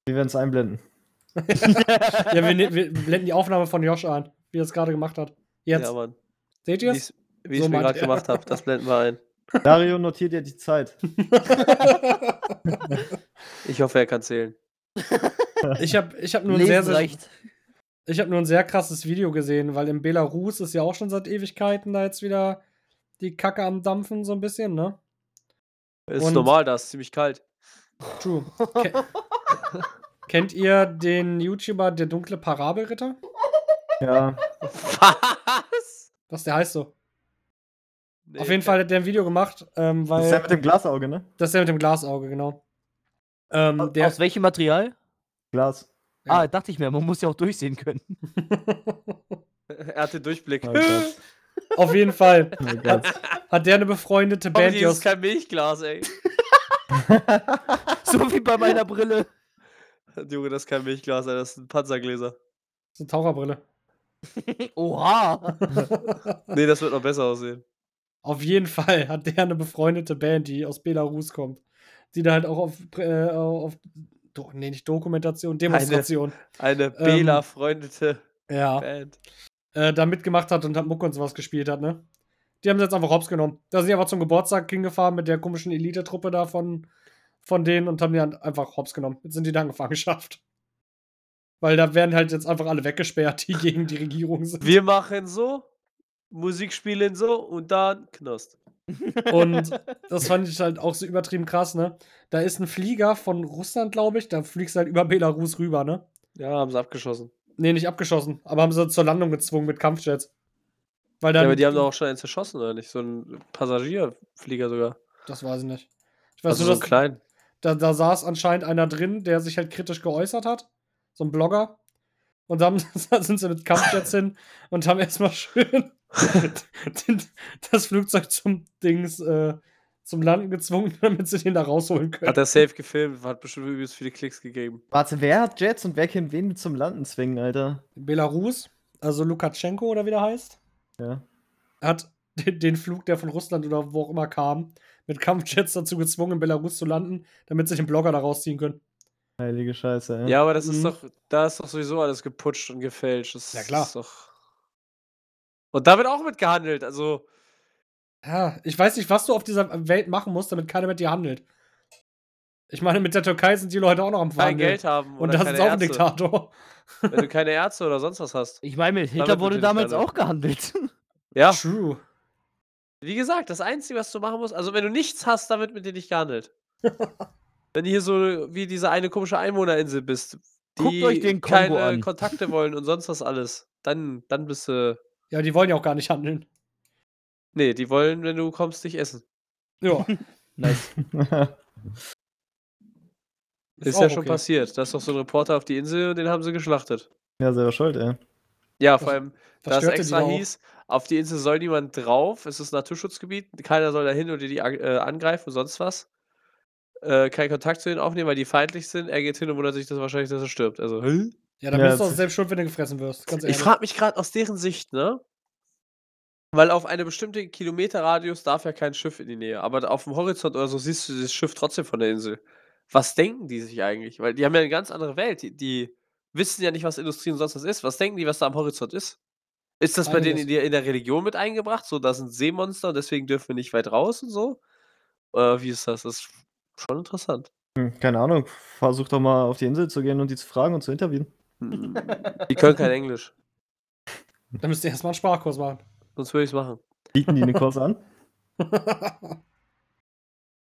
[SPEAKER 3] Wir werden es einblenden.
[SPEAKER 1] Ja, wir, ne- wir blenden die Aufnahme von Josh ein, wie er es gerade gemacht hat. Jetzt.
[SPEAKER 4] Ja, Mann.
[SPEAKER 1] Seht
[SPEAKER 4] Wie
[SPEAKER 1] ihr es?
[SPEAKER 4] ich's- wie ich
[SPEAKER 1] So
[SPEAKER 4] es mir
[SPEAKER 1] meint
[SPEAKER 4] gerade
[SPEAKER 1] er.
[SPEAKER 4] gemacht habe, das blenden wir ein.
[SPEAKER 3] Dario, notiert dir die Zeit.
[SPEAKER 4] Ich hoffe, er kann zählen.
[SPEAKER 1] Ich habe ich hab nur, ein
[SPEAKER 2] Lesen
[SPEAKER 1] sehr, sehr,
[SPEAKER 2] reicht.
[SPEAKER 1] ich hab nur ein sehr krasses Video gesehen, weil in Belarus ist ja auch schon seit Ewigkeiten da jetzt wieder die Kacke am Dampfen, so ein bisschen, ne?
[SPEAKER 4] Ist
[SPEAKER 1] Und-
[SPEAKER 4] normal, da ist ziemlich kalt.
[SPEAKER 1] True. Ke Kennt ihr den YouTuber Der dunkle Parabelritter?
[SPEAKER 3] Ja.
[SPEAKER 4] Was?
[SPEAKER 1] Was der heißt so?
[SPEAKER 4] Nee,
[SPEAKER 1] Auf jeden Fall hat der ein Video gemacht, ähm,
[SPEAKER 3] Das
[SPEAKER 1] weil.
[SPEAKER 3] ist ja mit dem Glasauge, ne?
[SPEAKER 1] Das ist der mit dem Glasauge, genau. Ähm, der,
[SPEAKER 2] Aus welchem Material?
[SPEAKER 3] Glas.
[SPEAKER 1] Ja.
[SPEAKER 2] Ah, dachte ich mir, man muss ja auch durchsehen können. *laughs*
[SPEAKER 4] Er hat den Durchblick. *laughs*
[SPEAKER 3] Oh
[SPEAKER 4] Oh,
[SPEAKER 3] Gott.
[SPEAKER 1] auf jeden Fall
[SPEAKER 3] Oh Gott.
[SPEAKER 1] hat der eine befreundete Band, die
[SPEAKER 4] hier ist
[SPEAKER 1] aus,
[SPEAKER 4] kein Milchglas, ey. *laughs*
[SPEAKER 2] So wie bei meiner Brille.
[SPEAKER 4] Junge, das ist kein Milchglas, ey, das sind Panzergläser.
[SPEAKER 1] so eine Taucherbrille.
[SPEAKER 2] *laughs* Oha.
[SPEAKER 4] Nee, das wird noch besser aussehen.
[SPEAKER 1] Auf jeden Fall hat der eine befreundete Band, die aus Belarus kommt, die da halt auch auf, äh, auf Do nee, nicht Dokumentation, Demonstration,
[SPEAKER 4] Eine
[SPEAKER 1] Ähm,
[SPEAKER 4] Bela-freundete
[SPEAKER 1] ja,
[SPEAKER 4] Band.
[SPEAKER 1] äh, da mitgemacht hat und hat Mucke und sowas gespielt hat, ne? Die haben sie jetzt einfach hops genommen. Da sind die einfach zum Geburtstag hingefahren mit der komischen Elite-Truppe da von, von denen und haben die halt einfach hops genommen. Jetzt sind die da in Gefangenschaft. Weil da werden halt jetzt einfach alle weggesperrt, die gegen die Regierung sind.
[SPEAKER 4] Wir machen so, Musik spielen so und dann Knast.
[SPEAKER 1] Und das fand ich halt auch so übertrieben krass, ne? Da ist ein Flieger von Russland, glaube ich, da fliegst du halt über Belarus rüber, ne?
[SPEAKER 4] Ja, haben sie abgeschossen.
[SPEAKER 1] Nee, nicht abgeschossen, aber haben sie zur Landung gezwungen mit Kampfjets. Weil
[SPEAKER 4] Ja,
[SPEAKER 1] dann,
[SPEAKER 4] aber die haben doch auch schon einen zerschossen, oder nicht? So ein Passagierflieger sogar.
[SPEAKER 1] Das weiß ich nicht. Ich weiß
[SPEAKER 4] Also
[SPEAKER 1] nur,
[SPEAKER 4] so
[SPEAKER 1] dass
[SPEAKER 4] klein.
[SPEAKER 1] da, da saß anscheinend einer drin, der sich halt kritisch geäußert hat. So ein Blogger. Und dann *laughs* dann sind sie mit
[SPEAKER 4] *laughs*
[SPEAKER 1] Kampfjets hin und haben erstmal schön den, das Flugzeug zum Dings, äh, zum Landen gezwungen, *laughs* damit sie den da rausholen können.
[SPEAKER 4] Hat er safe gefilmt, hat bestimmt übelst viele Klicks gegeben.
[SPEAKER 3] Warte, wer hat Jets und wer kann wen zum Landen zwingen, Alter?
[SPEAKER 1] Belarus, also Lukaschenko oder wie der heißt,
[SPEAKER 3] Ja.
[SPEAKER 1] hat den, den Flug, der von Russland oder wo auch immer kam, mit Kampfjets dazu gezwungen, in Belarus zu landen, damit sie den Blogger da rausziehen können.
[SPEAKER 3] Heilige Scheiße, ey.
[SPEAKER 4] Ja, aber das ist
[SPEAKER 1] Mhm.
[SPEAKER 4] doch, da ist doch sowieso alles geputscht und gefälscht. Das
[SPEAKER 1] Ja, klar.
[SPEAKER 4] Ist doch und da wird auch mit gehandelt. Also,
[SPEAKER 1] Ja, ich weiß nicht, was du auf dieser Welt machen musst, damit keiner mit dir handelt. Ich meine, mit der Türkei sind die Leute auch noch am
[SPEAKER 4] kein
[SPEAKER 1] Verhandeln.
[SPEAKER 4] Geld haben.
[SPEAKER 1] Und
[SPEAKER 4] oder
[SPEAKER 1] das
[SPEAKER 4] keine
[SPEAKER 1] ist auch ein
[SPEAKER 4] Ärzte.
[SPEAKER 1] Diktator.
[SPEAKER 4] Wenn du keine Ärzte oder sonst
[SPEAKER 1] *laughs*
[SPEAKER 4] was hast.
[SPEAKER 2] Ich meine, mit Hitler
[SPEAKER 4] Damit
[SPEAKER 2] wurde
[SPEAKER 4] natürlich
[SPEAKER 2] damals
[SPEAKER 4] alle.
[SPEAKER 2] auch gehandelt.
[SPEAKER 4] Ja,
[SPEAKER 1] True.
[SPEAKER 4] wie gesagt, das Einzige, was du machen musst, also wenn du nichts hast, dann wird mit dir nicht gehandelt. wenn du hier so wie diese eine komische Einwohnerinsel bist, die
[SPEAKER 2] Guckt euch den Kongo
[SPEAKER 4] keine
[SPEAKER 2] an.
[SPEAKER 4] Kontakte wollen und sonst was alles, dann, dann bist du.
[SPEAKER 1] Ja, die wollen ja auch gar nicht handeln.
[SPEAKER 4] Nee, die wollen, wenn du kommst, dich essen. *laughs*
[SPEAKER 1] Ja.
[SPEAKER 2] Nice.
[SPEAKER 4] Ist,
[SPEAKER 1] auch
[SPEAKER 4] ja schon
[SPEAKER 1] okay.
[SPEAKER 4] passiert. Da ist doch so ein Reporter auf die Insel und den haben sie geschlachtet.
[SPEAKER 3] *laughs* ja, selber schuld, ey.
[SPEAKER 4] Ja, vor
[SPEAKER 1] Das-
[SPEAKER 4] allem, da es
[SPEAKER 1] Verstörte die
[SPEAKER 4] extra
[SPEAKER 1] auch.
[SPEAKER 4] hieß, auf die Insel soll niemand drauf, es ist Naturschutzgebiet, keiner soll da hin oder die an- äh, angreifen und sonst was. Äh, keinen Kontakt zu denen aufnehmen, weil die feindlich sind. Er geht hin und wundert sich dass wahrscheinlich, dass er stirbt. Also, hä?
[SPEAKER 1] Ja, dann
[SPEAKER 3] Ja,
[SPEAKER 1] bist du auch
[SPEAKER 3] das-
[SPEAKER 1] selbst schuld, wenn du gefressen wirst. Ganz
[SPEAKER 4] ich
[SPEAKER 1] ehrlich.
[SPEAKER 4] frage mich gerade aus deren Sicht, ne? Weil auf eine bestimmte Kilometerradius darf ja kein Schiff in die Nähe. Aber auf dem Horizont oder so siehst du dieses Schiff trotzdem von der Insel. Was denken die sich eigentlich? Weil die haben ja eine ganz andere Welt. Die, die wissen ja nicht, was Industrie und sonst was ist. Was denken die, was da am Horizont ist? Ist das bei denen
[SPEAKER 1] Einiges.
[SPEAKER 4] in der, in der Religion mit eingebracht? So, da sind Seemonster und deswegen dürfen wir nicht weit raus und so? Oder wie ist das? Das ist schon interessant.
[SPEAKER 3] Hm, Keine Ahnung, versuch doch mal auf die Insel zu gehen und die zu fragen und zu interviewen.
[SPEAKER 4] Hm. Die können kein Englisch.
[SPEAKER 1] Dann müsst ihr erstmal einen Sprachkurs machen. *laughs*
[SPEAKER 4] Sonst würde ich es machen.
[SPEAKER 3] Bieten *laughs* die den Kurs an?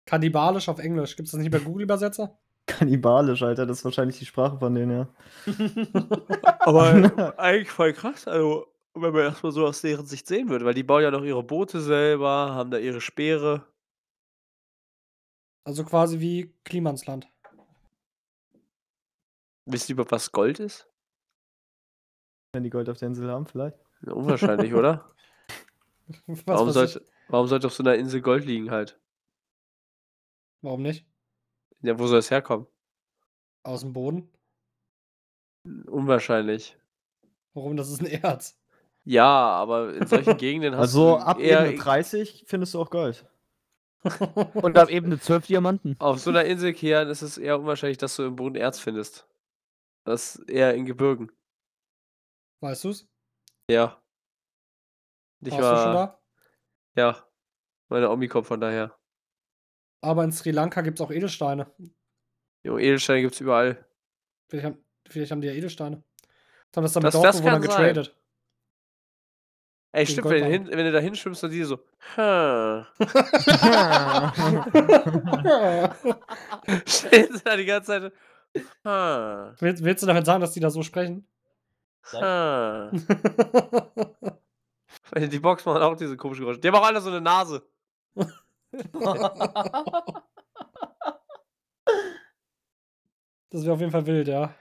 [SPEAKER 1] Kannibalisch auf Englisch. Gibt es das nicht bei Google-Übersetzer?
[SPEAKER 3] Kannibalisch, Alter, das ist wahrscheinlich die Sprache von denen, ja.
[SPEAKER 1] *laughs*
[SPEAKER 4] Aber eigentlich voll krass, also wenn man erstmal so aus deren Sicht sehen würde, weil die bauen ja noch ihre Boote selber, haben da ihre Speere.
[SPEAKER 1] Also quasi wie Klimansland. *laughs*
[SPEAKER 4] Wisst ihr überhaupt, was Gold ist?
[SPEAKER 3] Wenn die Gold auf der Insel haben, vielleicht.
[SPEAKER 4] Ja, unwahrscheinlich, oder?
[SPEAKER 1] *laughs* Was weiß
[SPEAKER 4] Warum
[SPEAKER 1] ich?
[SPEAKER 4] sollte, warum sollte auf so einer Insel Gold liegen halt?
[SPEAKER 1] Warum nicht?
[SPEAKER 4] Ja, wo soll es herkommen?
[SPEAKER 1] Aus dem Boden?
[SPEAKER 4] Unwahrscheinlich.
[SPEAKER 1] Warum? Das ist ein Erz.
[SPEAKER 4] Ja, aber
[SPEAKER 1] *laughs*
[SPEAKER 4] in solchen Gegenden hast
[SPEAKER 3] Also
[SPEAKER 4] du
[SPEAKER 3] ab
[SPEAKER 4] eher
[SPEAKER 3] Ebene 30 findest du auch Gold.
[SPEAKER 2] Und ab Ebene
[SPEAKER 1] *laughs*
[SPEAKER 2] 12 Diamanten.
[SPEAKER 4] auf so einer Insel, Kian, ist es eher unwahrscheinlich, dass du im Boden Erz findest. Das ist eher in Gebirgen.
[SPEAKER 1] Weißt du's?
[SPEAKER 4] Ja. Ich
[SPEAKER 1] Warst du schon
[SPEAKER 4] war,
[SPEAKER 1] da?
[SPEAKER 4] ja, meine Omi kommt von daher.
[SPEAKER 1] Aber in Sri Lanka gibt es auch Edelsteine.
[SPEAKER 4] Jo, Edelsteine gibt's überall.
[SPEAKER 1] Vielleicht haben, vielleicht haben die ja Edelsteine. Jetzt haben das dann mit
[SPEAKER 4] Das- das
[SPEAKER 1] Dorfbewohnern
[SPEAKER 4] kann sein.
[SPEAKER 1] getradet.
[SPEAKER 4] Ey,
[SPEAKER 1] Den
[SPEAKER 4] stimmt, wenn du,
[SPEAKER 1] Goldbarren.
[SPEAKER 4] hin, wenn du da hinschwimmst, dann die so,
[SPEAKER 1] *laughs*
[SPEAKER 4] *laughs* "Hm." stehen sie da die ganze Zeit. "Hm,
[SPEAKER 1] willst, willst du damit sagen, dass die da so *laughs* sprechen?
[SPEAKER 4] hm." Weil Die Box machen auch diese komischen Geräusche. Die haben auch alle so eine Nase.
[SPEAKER 1] Das wäre auf jeden Fall wild, ja.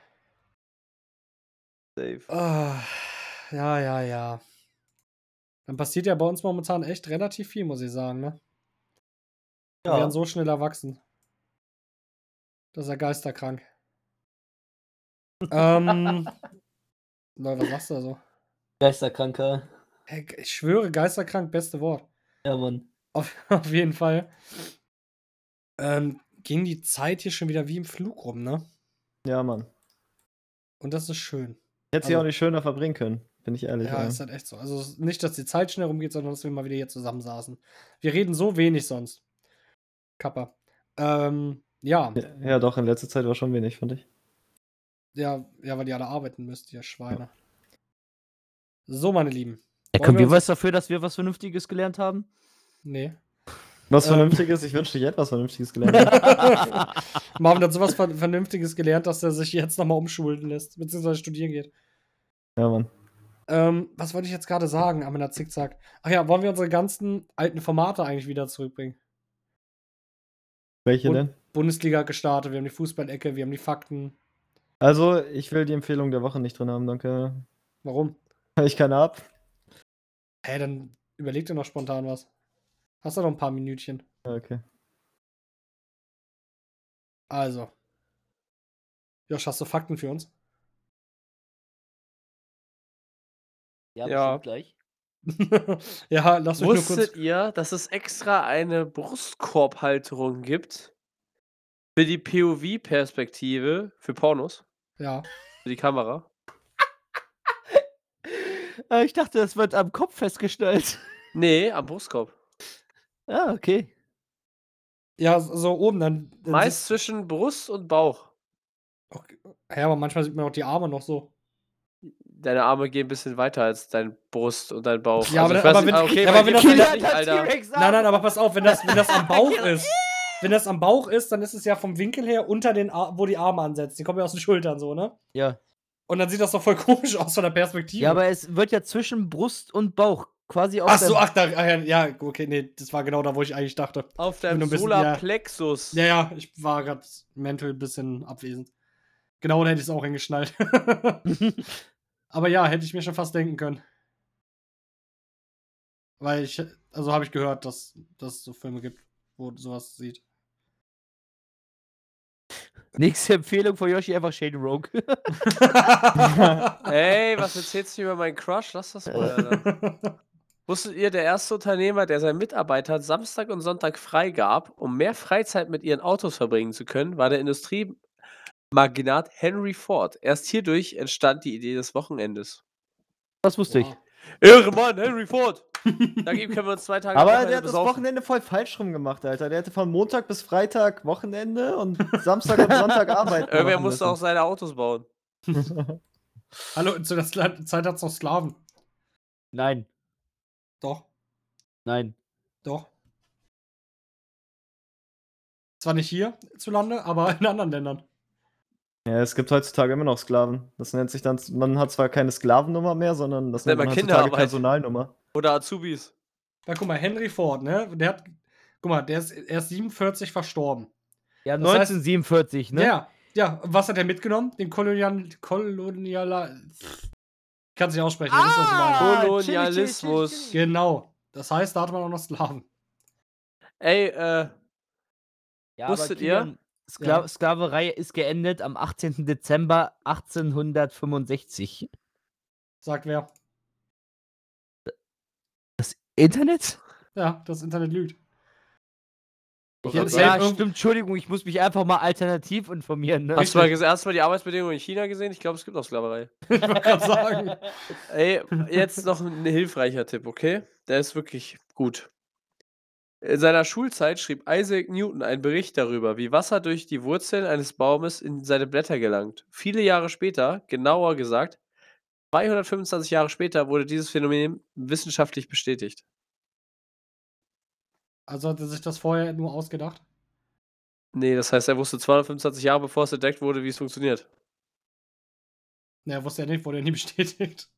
[SPEAKER 4] Oh,
[SPEAKER 1] Ah, ja, ja, ja. Dann passiert ja bei uns momentan echt relativ viel, muss ich sagen, ne? Wir werden so schnell erwachsen. Das ist ja geisterkrank. *laughs* ähm. Leute, was machst du da so?
[SPEAKER 2] Geisterkranker.
[SPEAKER 1] Hey, ich schwöre, geisterkrank, beste Wort.
[SPEAKER 2] Ja, Mann.
[SPEAKER 1] Auf, *laughs* auf jeden Fall. Ähm, ging die Zeit hier schon wieder wie im Flug rum, ne?
[SPEAKER 3] Ja, Mann.
[SPEAKER 1] Und das ist schön.
[SPEAKER 3] Hätte sie
[SPEAKER 1] Also-
[SPEAKER 3] auch nicht schöner verbringen können, bin ich ehrlich.
[SPEAKER 1] Ja,
[SPEAKER 3] ey.
[SPEAKER 1] ist halt echt so. Also es- nicht, dass die Zeit schnell rumgeht, sondern dass wir mal wieder hier zusammensaßen. Wir reden so wenig sonst. Kappa. Ähm, ja,
[SPEAKER 3] ja, ja, doch, in letzter Zeit war schon wenig, fand ich.
[SPEAKER 1] ja, ja, weil ihr alle arbeiten müsst, ihr Schweine. So, meine Lieben.
[SPEAKER 2] Ja,
[SPEAKER 1] Wollen
[SPEAKER 2] können
[SPEAKER 1] wir
[SPEAKER 2] wir
[SPEAKER 1] uns-
[SPEAKER 2] was dafür, dass wir was Vernünftiges gelernt *laughs* haben?
[SPEAKER 1] *laughs* Nee.
[SPEAKER 4] Äh.
[SPEAKER 3] Was
[SPEAKER 1] Ähm.
[SPEAKER 3] Vernünftiges, ich wünschte, ich hätte was Vernünftiges
[SPEAKER 4] *laughs*
[SPEAKER 3] gelernt.
[SPEAKER 1] Marvin hat sowas Ver Vernünftiges gelernt, dass er sich jetzt nochmal umschulen lässt, beziehungsweise studieren geht.
[SPEAKER 3] ja, Mann.
[SPEAKER 1] Ähm, was wollte ich jetzt gerade sagen, Ah, Amina Zickzack? Ach ja, wollen wir unsere ganzen alten Formate eigentlich wieder zurückbringen?
[SPEAKER 3] Welche
[SPEAKER 1] Und-
[SPEAKER 3] denn?
[SPEAKER 1] Bundesliga gestartet, wir haben die Fußballecke, wir haben die Fakten.
[SPEAKER 3] Also, ich will die Empfehlung der Woche nicht drin haben, danke.
[SPEAKER 1] Warum?
[SPEAKER 3] Ich kann ab.
[SPEAKER 1] Hä, hey, dann überleg dir noch spontan was. Hast du noch ein paar Minütchen?
[SPEAKER 3] Ja, Okay.
[SPEAKER 1] Also. Josh, hast du Fakten für uns? *laughs*
[SPEAKER 4] Ja.
[SPEAKER 2] bestimmt gleich.
[SPEAKER 1] ja, lass mich nur kurz.
[SPEAKER 4] Wusstet ihr, dass es extra eine Brustkorbhalterung gibt? Für die POV-Perspektive, für Pornos,
[SPEAKER 1] Ja.
[SPEAKER 4] für die Kamera.
[SPEAKER 2] Äh, ich dachte, das wird am *laughs* Kopf festgestellt. Ah,
[SPEAKER 4] Nee, am Brustkorb.
[SPEAKER 2] Ja, okay.
[SPEAKER 1] Ja, so oben dann. dann
[SPEAKER 4] Meist zwischen Brust und Bauch.
[SPEAKER 1] siehst- Okay. Ja, aber manchmal sieht man auch die Arme noch so.
[SPEAKER 4] Deine Arme gehen ein bisschen weiter als dein Brust und dein Bauch.
[SPEAKER 1] Ja, aber-
[SPEAKER 4] ich weiß
[SPEAKER 1] aber
[SPEAKER 4] nicht-
[SPEAKER 1] wenn-
[SPEAKER 4] ah, okay,
[SPEAKER 1] ja,
[SPEAKER 4] bei
[SPEAKER 1] aber wenn
[SPEAKER 4] *laughs* dir
[SPEAKER 1] das-
[SPEAKER 4] kann ich
[SPEAKER 1] Alter,
[SPEAKER 4] nicht, Alter.
[SPEAKER 1] Nein, nein, aber pass auf, wenn das, wenn das am Bauch ist. Wenn das am Bauch ist, dann ist es ja vom Winkel her unter den, Ar wo die Arme ansetzen. Die kommen ja aus den Schultern so, ne?
[SPEAKER 2] Ja.
[SPEAKER 1] Und dann sieht das doch voll komisch aus von der Perspektive.
[SPEAKER 2] ja, aber es wird ja zwischen Brust und Bauch quasi auf
[SPEAKER 1] ach so,
[SPEAKER 2] der-
[SPEAKER 1] ach, da, ach ja, ja, okay, nee, das war genau da, wo ich eigentlich dachte.
[SPEAKER 4] Auf
[SPEAKER 1] Wenn du
[SPEAKER 4] deinem
[SPEAKER 1] ein bisschen-
[SPEAKER 4] Solarplexus.
[SPEAKER 1] Ja, ja, ich war gerade mental ein bisschen abwesend. Genau, dann hätte ich es auch
[SPEAKER 2] *laughs*
[SPEAKER 1] hingeschnallt. aber ja, hätte ich mir schon fast denken können. Weil ich, also habe ich gehört, dass, dass es so Filme gibt, wo sowas sieht.
[SPEAKER 2] *laughs* Nächste Empfehlung von Yoshi einfach Shade Rogue. *laughs*
[SPEAKER 4] Ey, was erzählst du über meinen Crush? Lass das mal, Alter. Wusstet ihr, der erste Unternehmer, der seinen Mitarbeitern Samstag und Sonntag frei gab, um mehr Freizeit mit ihren Autos verbringen zu können, war der Industriemagnat Henry Ford. Erst hierdurch entstand die Idee des Wochenendes.
[SPEAKER 2] Das wusste ich.
[SPEAKER 4] Irre Mann, Henry Ford! Dagegen können wir uns zwei Tage
[SPEAKER 3] Aber
[SPEAKER 4] Wochenende
[SPEAKER 3] der hat das
[SPEAKER 4] besaufen.
[SPEAKER 3] Wochenende voll falsch rum gemacht, Alter. Der hätte von Montag bis Freitag Wochenende und Samstag und
[SPEAKER 4] *laughs*
[SPEAKER 3] Sonntag arbeiten.
[SPEAKER 4] Irgendwer
[SPEAKER 3] machen
[SPEAKER 4] musste auch
[SPEAKER 3] müssen.
[SPEAKER 4] seine Autos bauen.
[SPEAKER 1] Hallo, zu der Sla- Zeit hat's noch Sklaven.
[SPEAKER 2] Nein,
[SPEAKER 1] Doch,
[SPEAKER 2] nein.
[SPEAKER 1] doch. Zwar nicht hier zu Lande, aber in anderen Ländern.
[SPEAKER 3] Ja, es gibt heutzutage immer noch Sklaven. Das nennt sich dann, man hat zwar keine Sklavennummer mehr, sondern das
[SPEAKER 4] Nennt
[SPEAKER 3] nennt man
[SPEAKER 4] man
[SPEAKER 3] heutzutage
[SPEAKER 4] Kinderarbeit.
[SPEAKER 3] Personalnummer.
[SPEAKER 4] Oder Azubis.
[SPEAKER 1] Da guck mal, Henry Ford, ne? Der hat, guck mal, der ist erst 47 verstorben.
[SPEAKER 2] Ja,
[SPEAKER 1] Das heißt-
[SPEAKER 2] 1947, ne?
[SPEAKER 1] Ja, ja. Und was hat er mitgenommen? Den Kolonial, Kolonialer. Kann sich aussprechen. ihr wisst, was ich meine.
[SPEAKER 2] Ah,
[SPEAKER 4] Kolonialismus.
[SPEAKER 2] chili, chili, chili,
[SPEAKER 1] Genau. Das heißt, da hat man auch noch Sklaven.
[SPEAKER 4] Ey, äh,
[SPEAKER 2] Ja, aber
[SPEAKER 4] Wusstet
[SPEAKER 2] Kilian, Skla
[SPEAKER 1] Ja.
[SPEAKER 2] Sklaverei ist geendet am 18. Dezember 1865.
[SPEAKER 1] Sagt wer?
[SPEAKER 2] Internet?
[SPEAKER 1] Ja, das Internet lügt. *laughs*
[SPEAKER 4] Ich
[SPEAKER 1] Ja,
[SPEAKER 4] hab-
[SPEAKER 1] safe
[SPEAKER 2] Ja,
[SPEAKER 1] irgend-
[SPEAKER 2] stimmt. Entschuldigung, ich muss mich einfach mal alternativ informieren. Ne? *laughs*
[SPEAKER 4] hast du mal, ges- hast du mal die Arbeitsbedingungen in China gesehen? Ich glaube, es gibt auch Sklaverei.
[SPEAKER 1] Ich wollte gerade sagen.
[SPEAKER 4] Ey, jetzt noch ein hilfreicher Tipp, okay? Der ist wirklich gut. In seiner Schulzeit schrieb Isaac Newton einen Bericht darüber, wie Wasser durch die Wurzeln eines Baumes in seine Blätter gelangt. Viele Jahre später, genauer gesagt, 225 Jahre später, wurde dieses Phänomen wissenschaftlich bestätigt.
[SPEAKER 1] Also hat er sich das vorher nur ausgedacht?
[SPEAKER 4] Nee, das heißt, er wusste 225 Jahre, bevor es entdeckt wurde, wie es funktioniert.
[SPEAKER 1] Ne, er wusste ja nicht, wurde ja nie *laughs* bestätigt.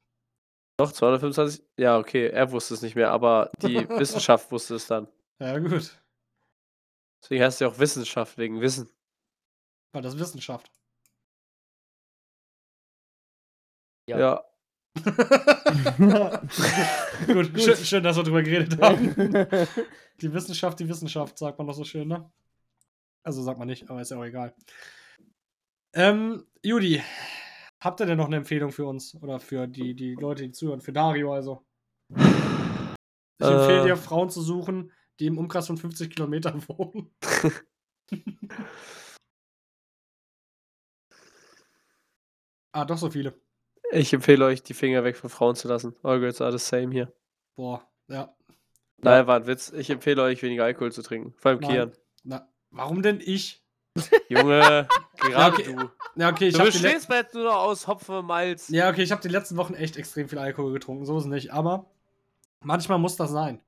[SPEAKER 4] Doch, 225? Ja, okay, er wusste es nicht mehr, aber die Wissenschaft wusste es dann.
[SPEAKER 1] Ja, gut.
[SPEAKER 4] Deswegen heißt es ja auch Wissenschaft, wegen Wissen.
[SPEAKER 1] Weil das Wissenschaft.
[SPEAKER 2] Ja.
[SPEAKER 4] ja
[SPEAKER 1] *laughs* Gut, Schön, schön, dass wir drüber geredet haben. *laughs* die Wissenschaft, die Wissenschaft, sagt man doch so schön, ne? Also sagt man nicht, aber ist ja auch egal. Ähm, Judy, habt ihr denn noch eine Empfehlung für uns? Oder für die, die Leute, die zuhören? Für Dario also? Ich empfehle
[SPEAKER 4] Äh.
[SPEAKER 1] dir, Frauen zu suchen, die im Umkreis von 50 Kilometern *laughs* wohnen. ah, doch so viele.
[SPEAKER 4] Ich empfehle euch, die Finger weg von Frauen zu lassen. All girls are the same hier.
[SPEAKER 1] Boah, ja.
[SPEAKER 4] Nein, war ein Witz. Ich empfehle euch, weniger Alkohol zu trinken. Vor allem
[SPEAKER 1] Nein.
[SPEAKER 4] Kian.
[SPEAKER 1] Na, warum denn ich?
[SPEAKER 4] *laughs* Junge,
[SPEAKER 1] Ja,
[SPEAKER 4] gerade
[SPEAKER 1] okay.
[SPEAKER 4] du.
[SPEAKER 1] Ja, okay, ich
[SPEAKER 4] Du
[SPEAKER 1] habe die, le
[SPEAKER 4] bestehst bei jetzt nur noch aus Hopfen und Malz.
[SPEAKER 1] ja, okay, ich hab die letzten Wochen echt extrem viel Alkohol getrunken, so ist nicht, aber manchmal muss das sein.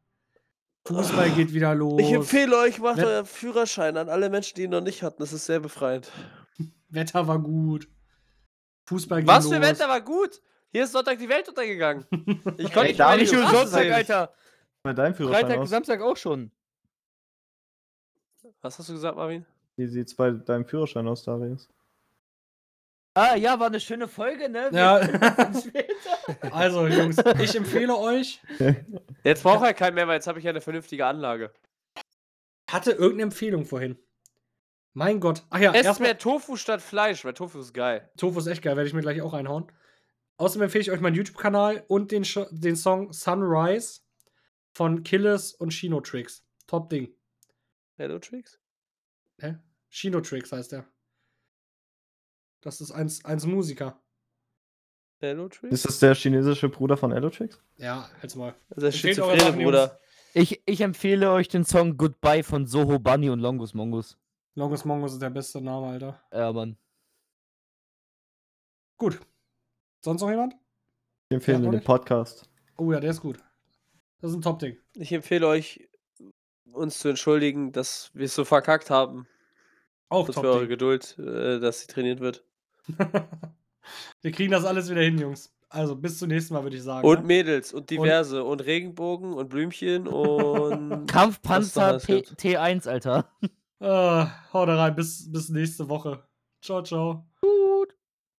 [SPEAKER 1] Fußball geht wieder los.
[SPEAKER 4] Ich empfehle euch, macht
[SPEAKER 1] Wenn-
[SPEAKER 4] euren Führerschein an alle Menschen, die ihn noch nicht hatten. Das ist sehr befreiend.
[SPEAKER 1] Wetter war gut. Fußball geht
[SPEAKER 4] Was
[SPEAKER 1] los.
[SPEAKER 4] für Wetter war gut? Hier ist Sonntag die Welt *laughs* untergegangen. Ich konnte
[SPEAKER 3] Ey,
[SPEAKER 4] nicht mal
[SPEAKER 3] Dario,
[SPEAKER 4] die
[SPEAKER 2] nicht nur
[SPEAKER 4] Straße
[SPEAKER 2] Sonntag,
[SPEAKER 4] sehen.
[SPEAKER 2] Alter.
[SPEAKER 3] *laughs* Bei deinem Führerschein
[SPEAKER 2] Freitag,
[SPEAKER 3] aus.
[SPEAKER 2] Samstag auch schon.
[SPEAKER 4] Was hast du gesagt, Marvin?
[SPEAKER 3] Wie sieht's bei deinem Führerschein aus, Darius? *laughs*
[SPEAKER 2] Ah, ja, war eine schöne Folge, ne? Wir-
[SPEAKER 1] Ja. also, Jungs, ich empfehle euch.
[SPEAKER 4] Jetzt braucht er keinen mehr, weil jetzt habe ich ja eine vernünftige Anlage.
[SPEAKER 1] Hatte irgendeine Empfehlung vorhin. Mein Gott. Ach ja,
[SPEAKER 4] Esst
[SPEAKER 1] erstmal
[SPEAKER 4] mehr Tofu statt Fleisch, weil Tofu ist geil.
[SPEAKER 1] Tofu ist echt geil, werde ich mir gleich auch einhauen. Außerdem empfehle ich euch meinen YouTube-Kanal und den, Sch- den Song Sunrise von Killis und Shino Tricks. Top Ding.
[SPEAKER 4] Hello, Tricks?
[SPEAKER 1] Hä? Shino Tricks heißt er. Das ist eins, eins Musiker.
[SPEAKER 4] Hello, Tricks?
[SPEAKER 3] Ist das der chinesische Bruder von Elotrix?
[SPEAKER 1] Ja, halt's mal.
[SPEAKER 4] Das ist
[SPEAKER 1] Empfehlt
[SPEAKER 4] schizophrene,
[SPEAKER 1] eure Sachen, Jungs.
[SPEAKER 4] Bruder.
[SPEAKER 2] Ich, ich empfehle euch den Song Goodbye von Soho Bunny und Longus Mongus.
[SPEAKER 1] Longus Mongus ist der beste Name, Alter.
[SPEAKER 2] Ja, Mann.
[SPEAKER 1] Gut. Sonst noch jemand?
[SPEAKER 3] Ich empfehle
[SPEAKER 1] Ja,
[SPEAKER 3] nur
[SPEAKER 1] oder?
[SPEAKER 3] den Podcast.
[SPEAKER 1] Oh ja, der ist gut. Das ist ein Top-Ding.
[SPEAKER 4] Ich empfehle euch, uns zu entschuldigen, dass wir es so verkackt haben.
[SPEAKER 1] Auch
[SPEAKER 4] Kurz für eure
[SPEAKER 1] Top-Ding.
[SPEAKER 4] Geduld, äh, dass sie trainiert wird.
[SPEAKER 1] Wir kriegen das alles wieder hin, Jungs. Also bis zum nächsten Mal, würde ich sagen.
[SPEAKER 4] Und
[SPEAKER 1] ne?
[SPEAKER 4] Mädels und diverse und, Regenbogen und Blümchen und.
[SPEAKER 2] Kampfpanzer
[SPEAKER 4] alles
[SPEAKER 2] P
[SPEAKER 4] gibt.
[SPEAKER 2] T1, Alter.
[SPEAKER 1] Ah, Äh, haut rein, bis, bis nächste Woche. Ciao, ciao.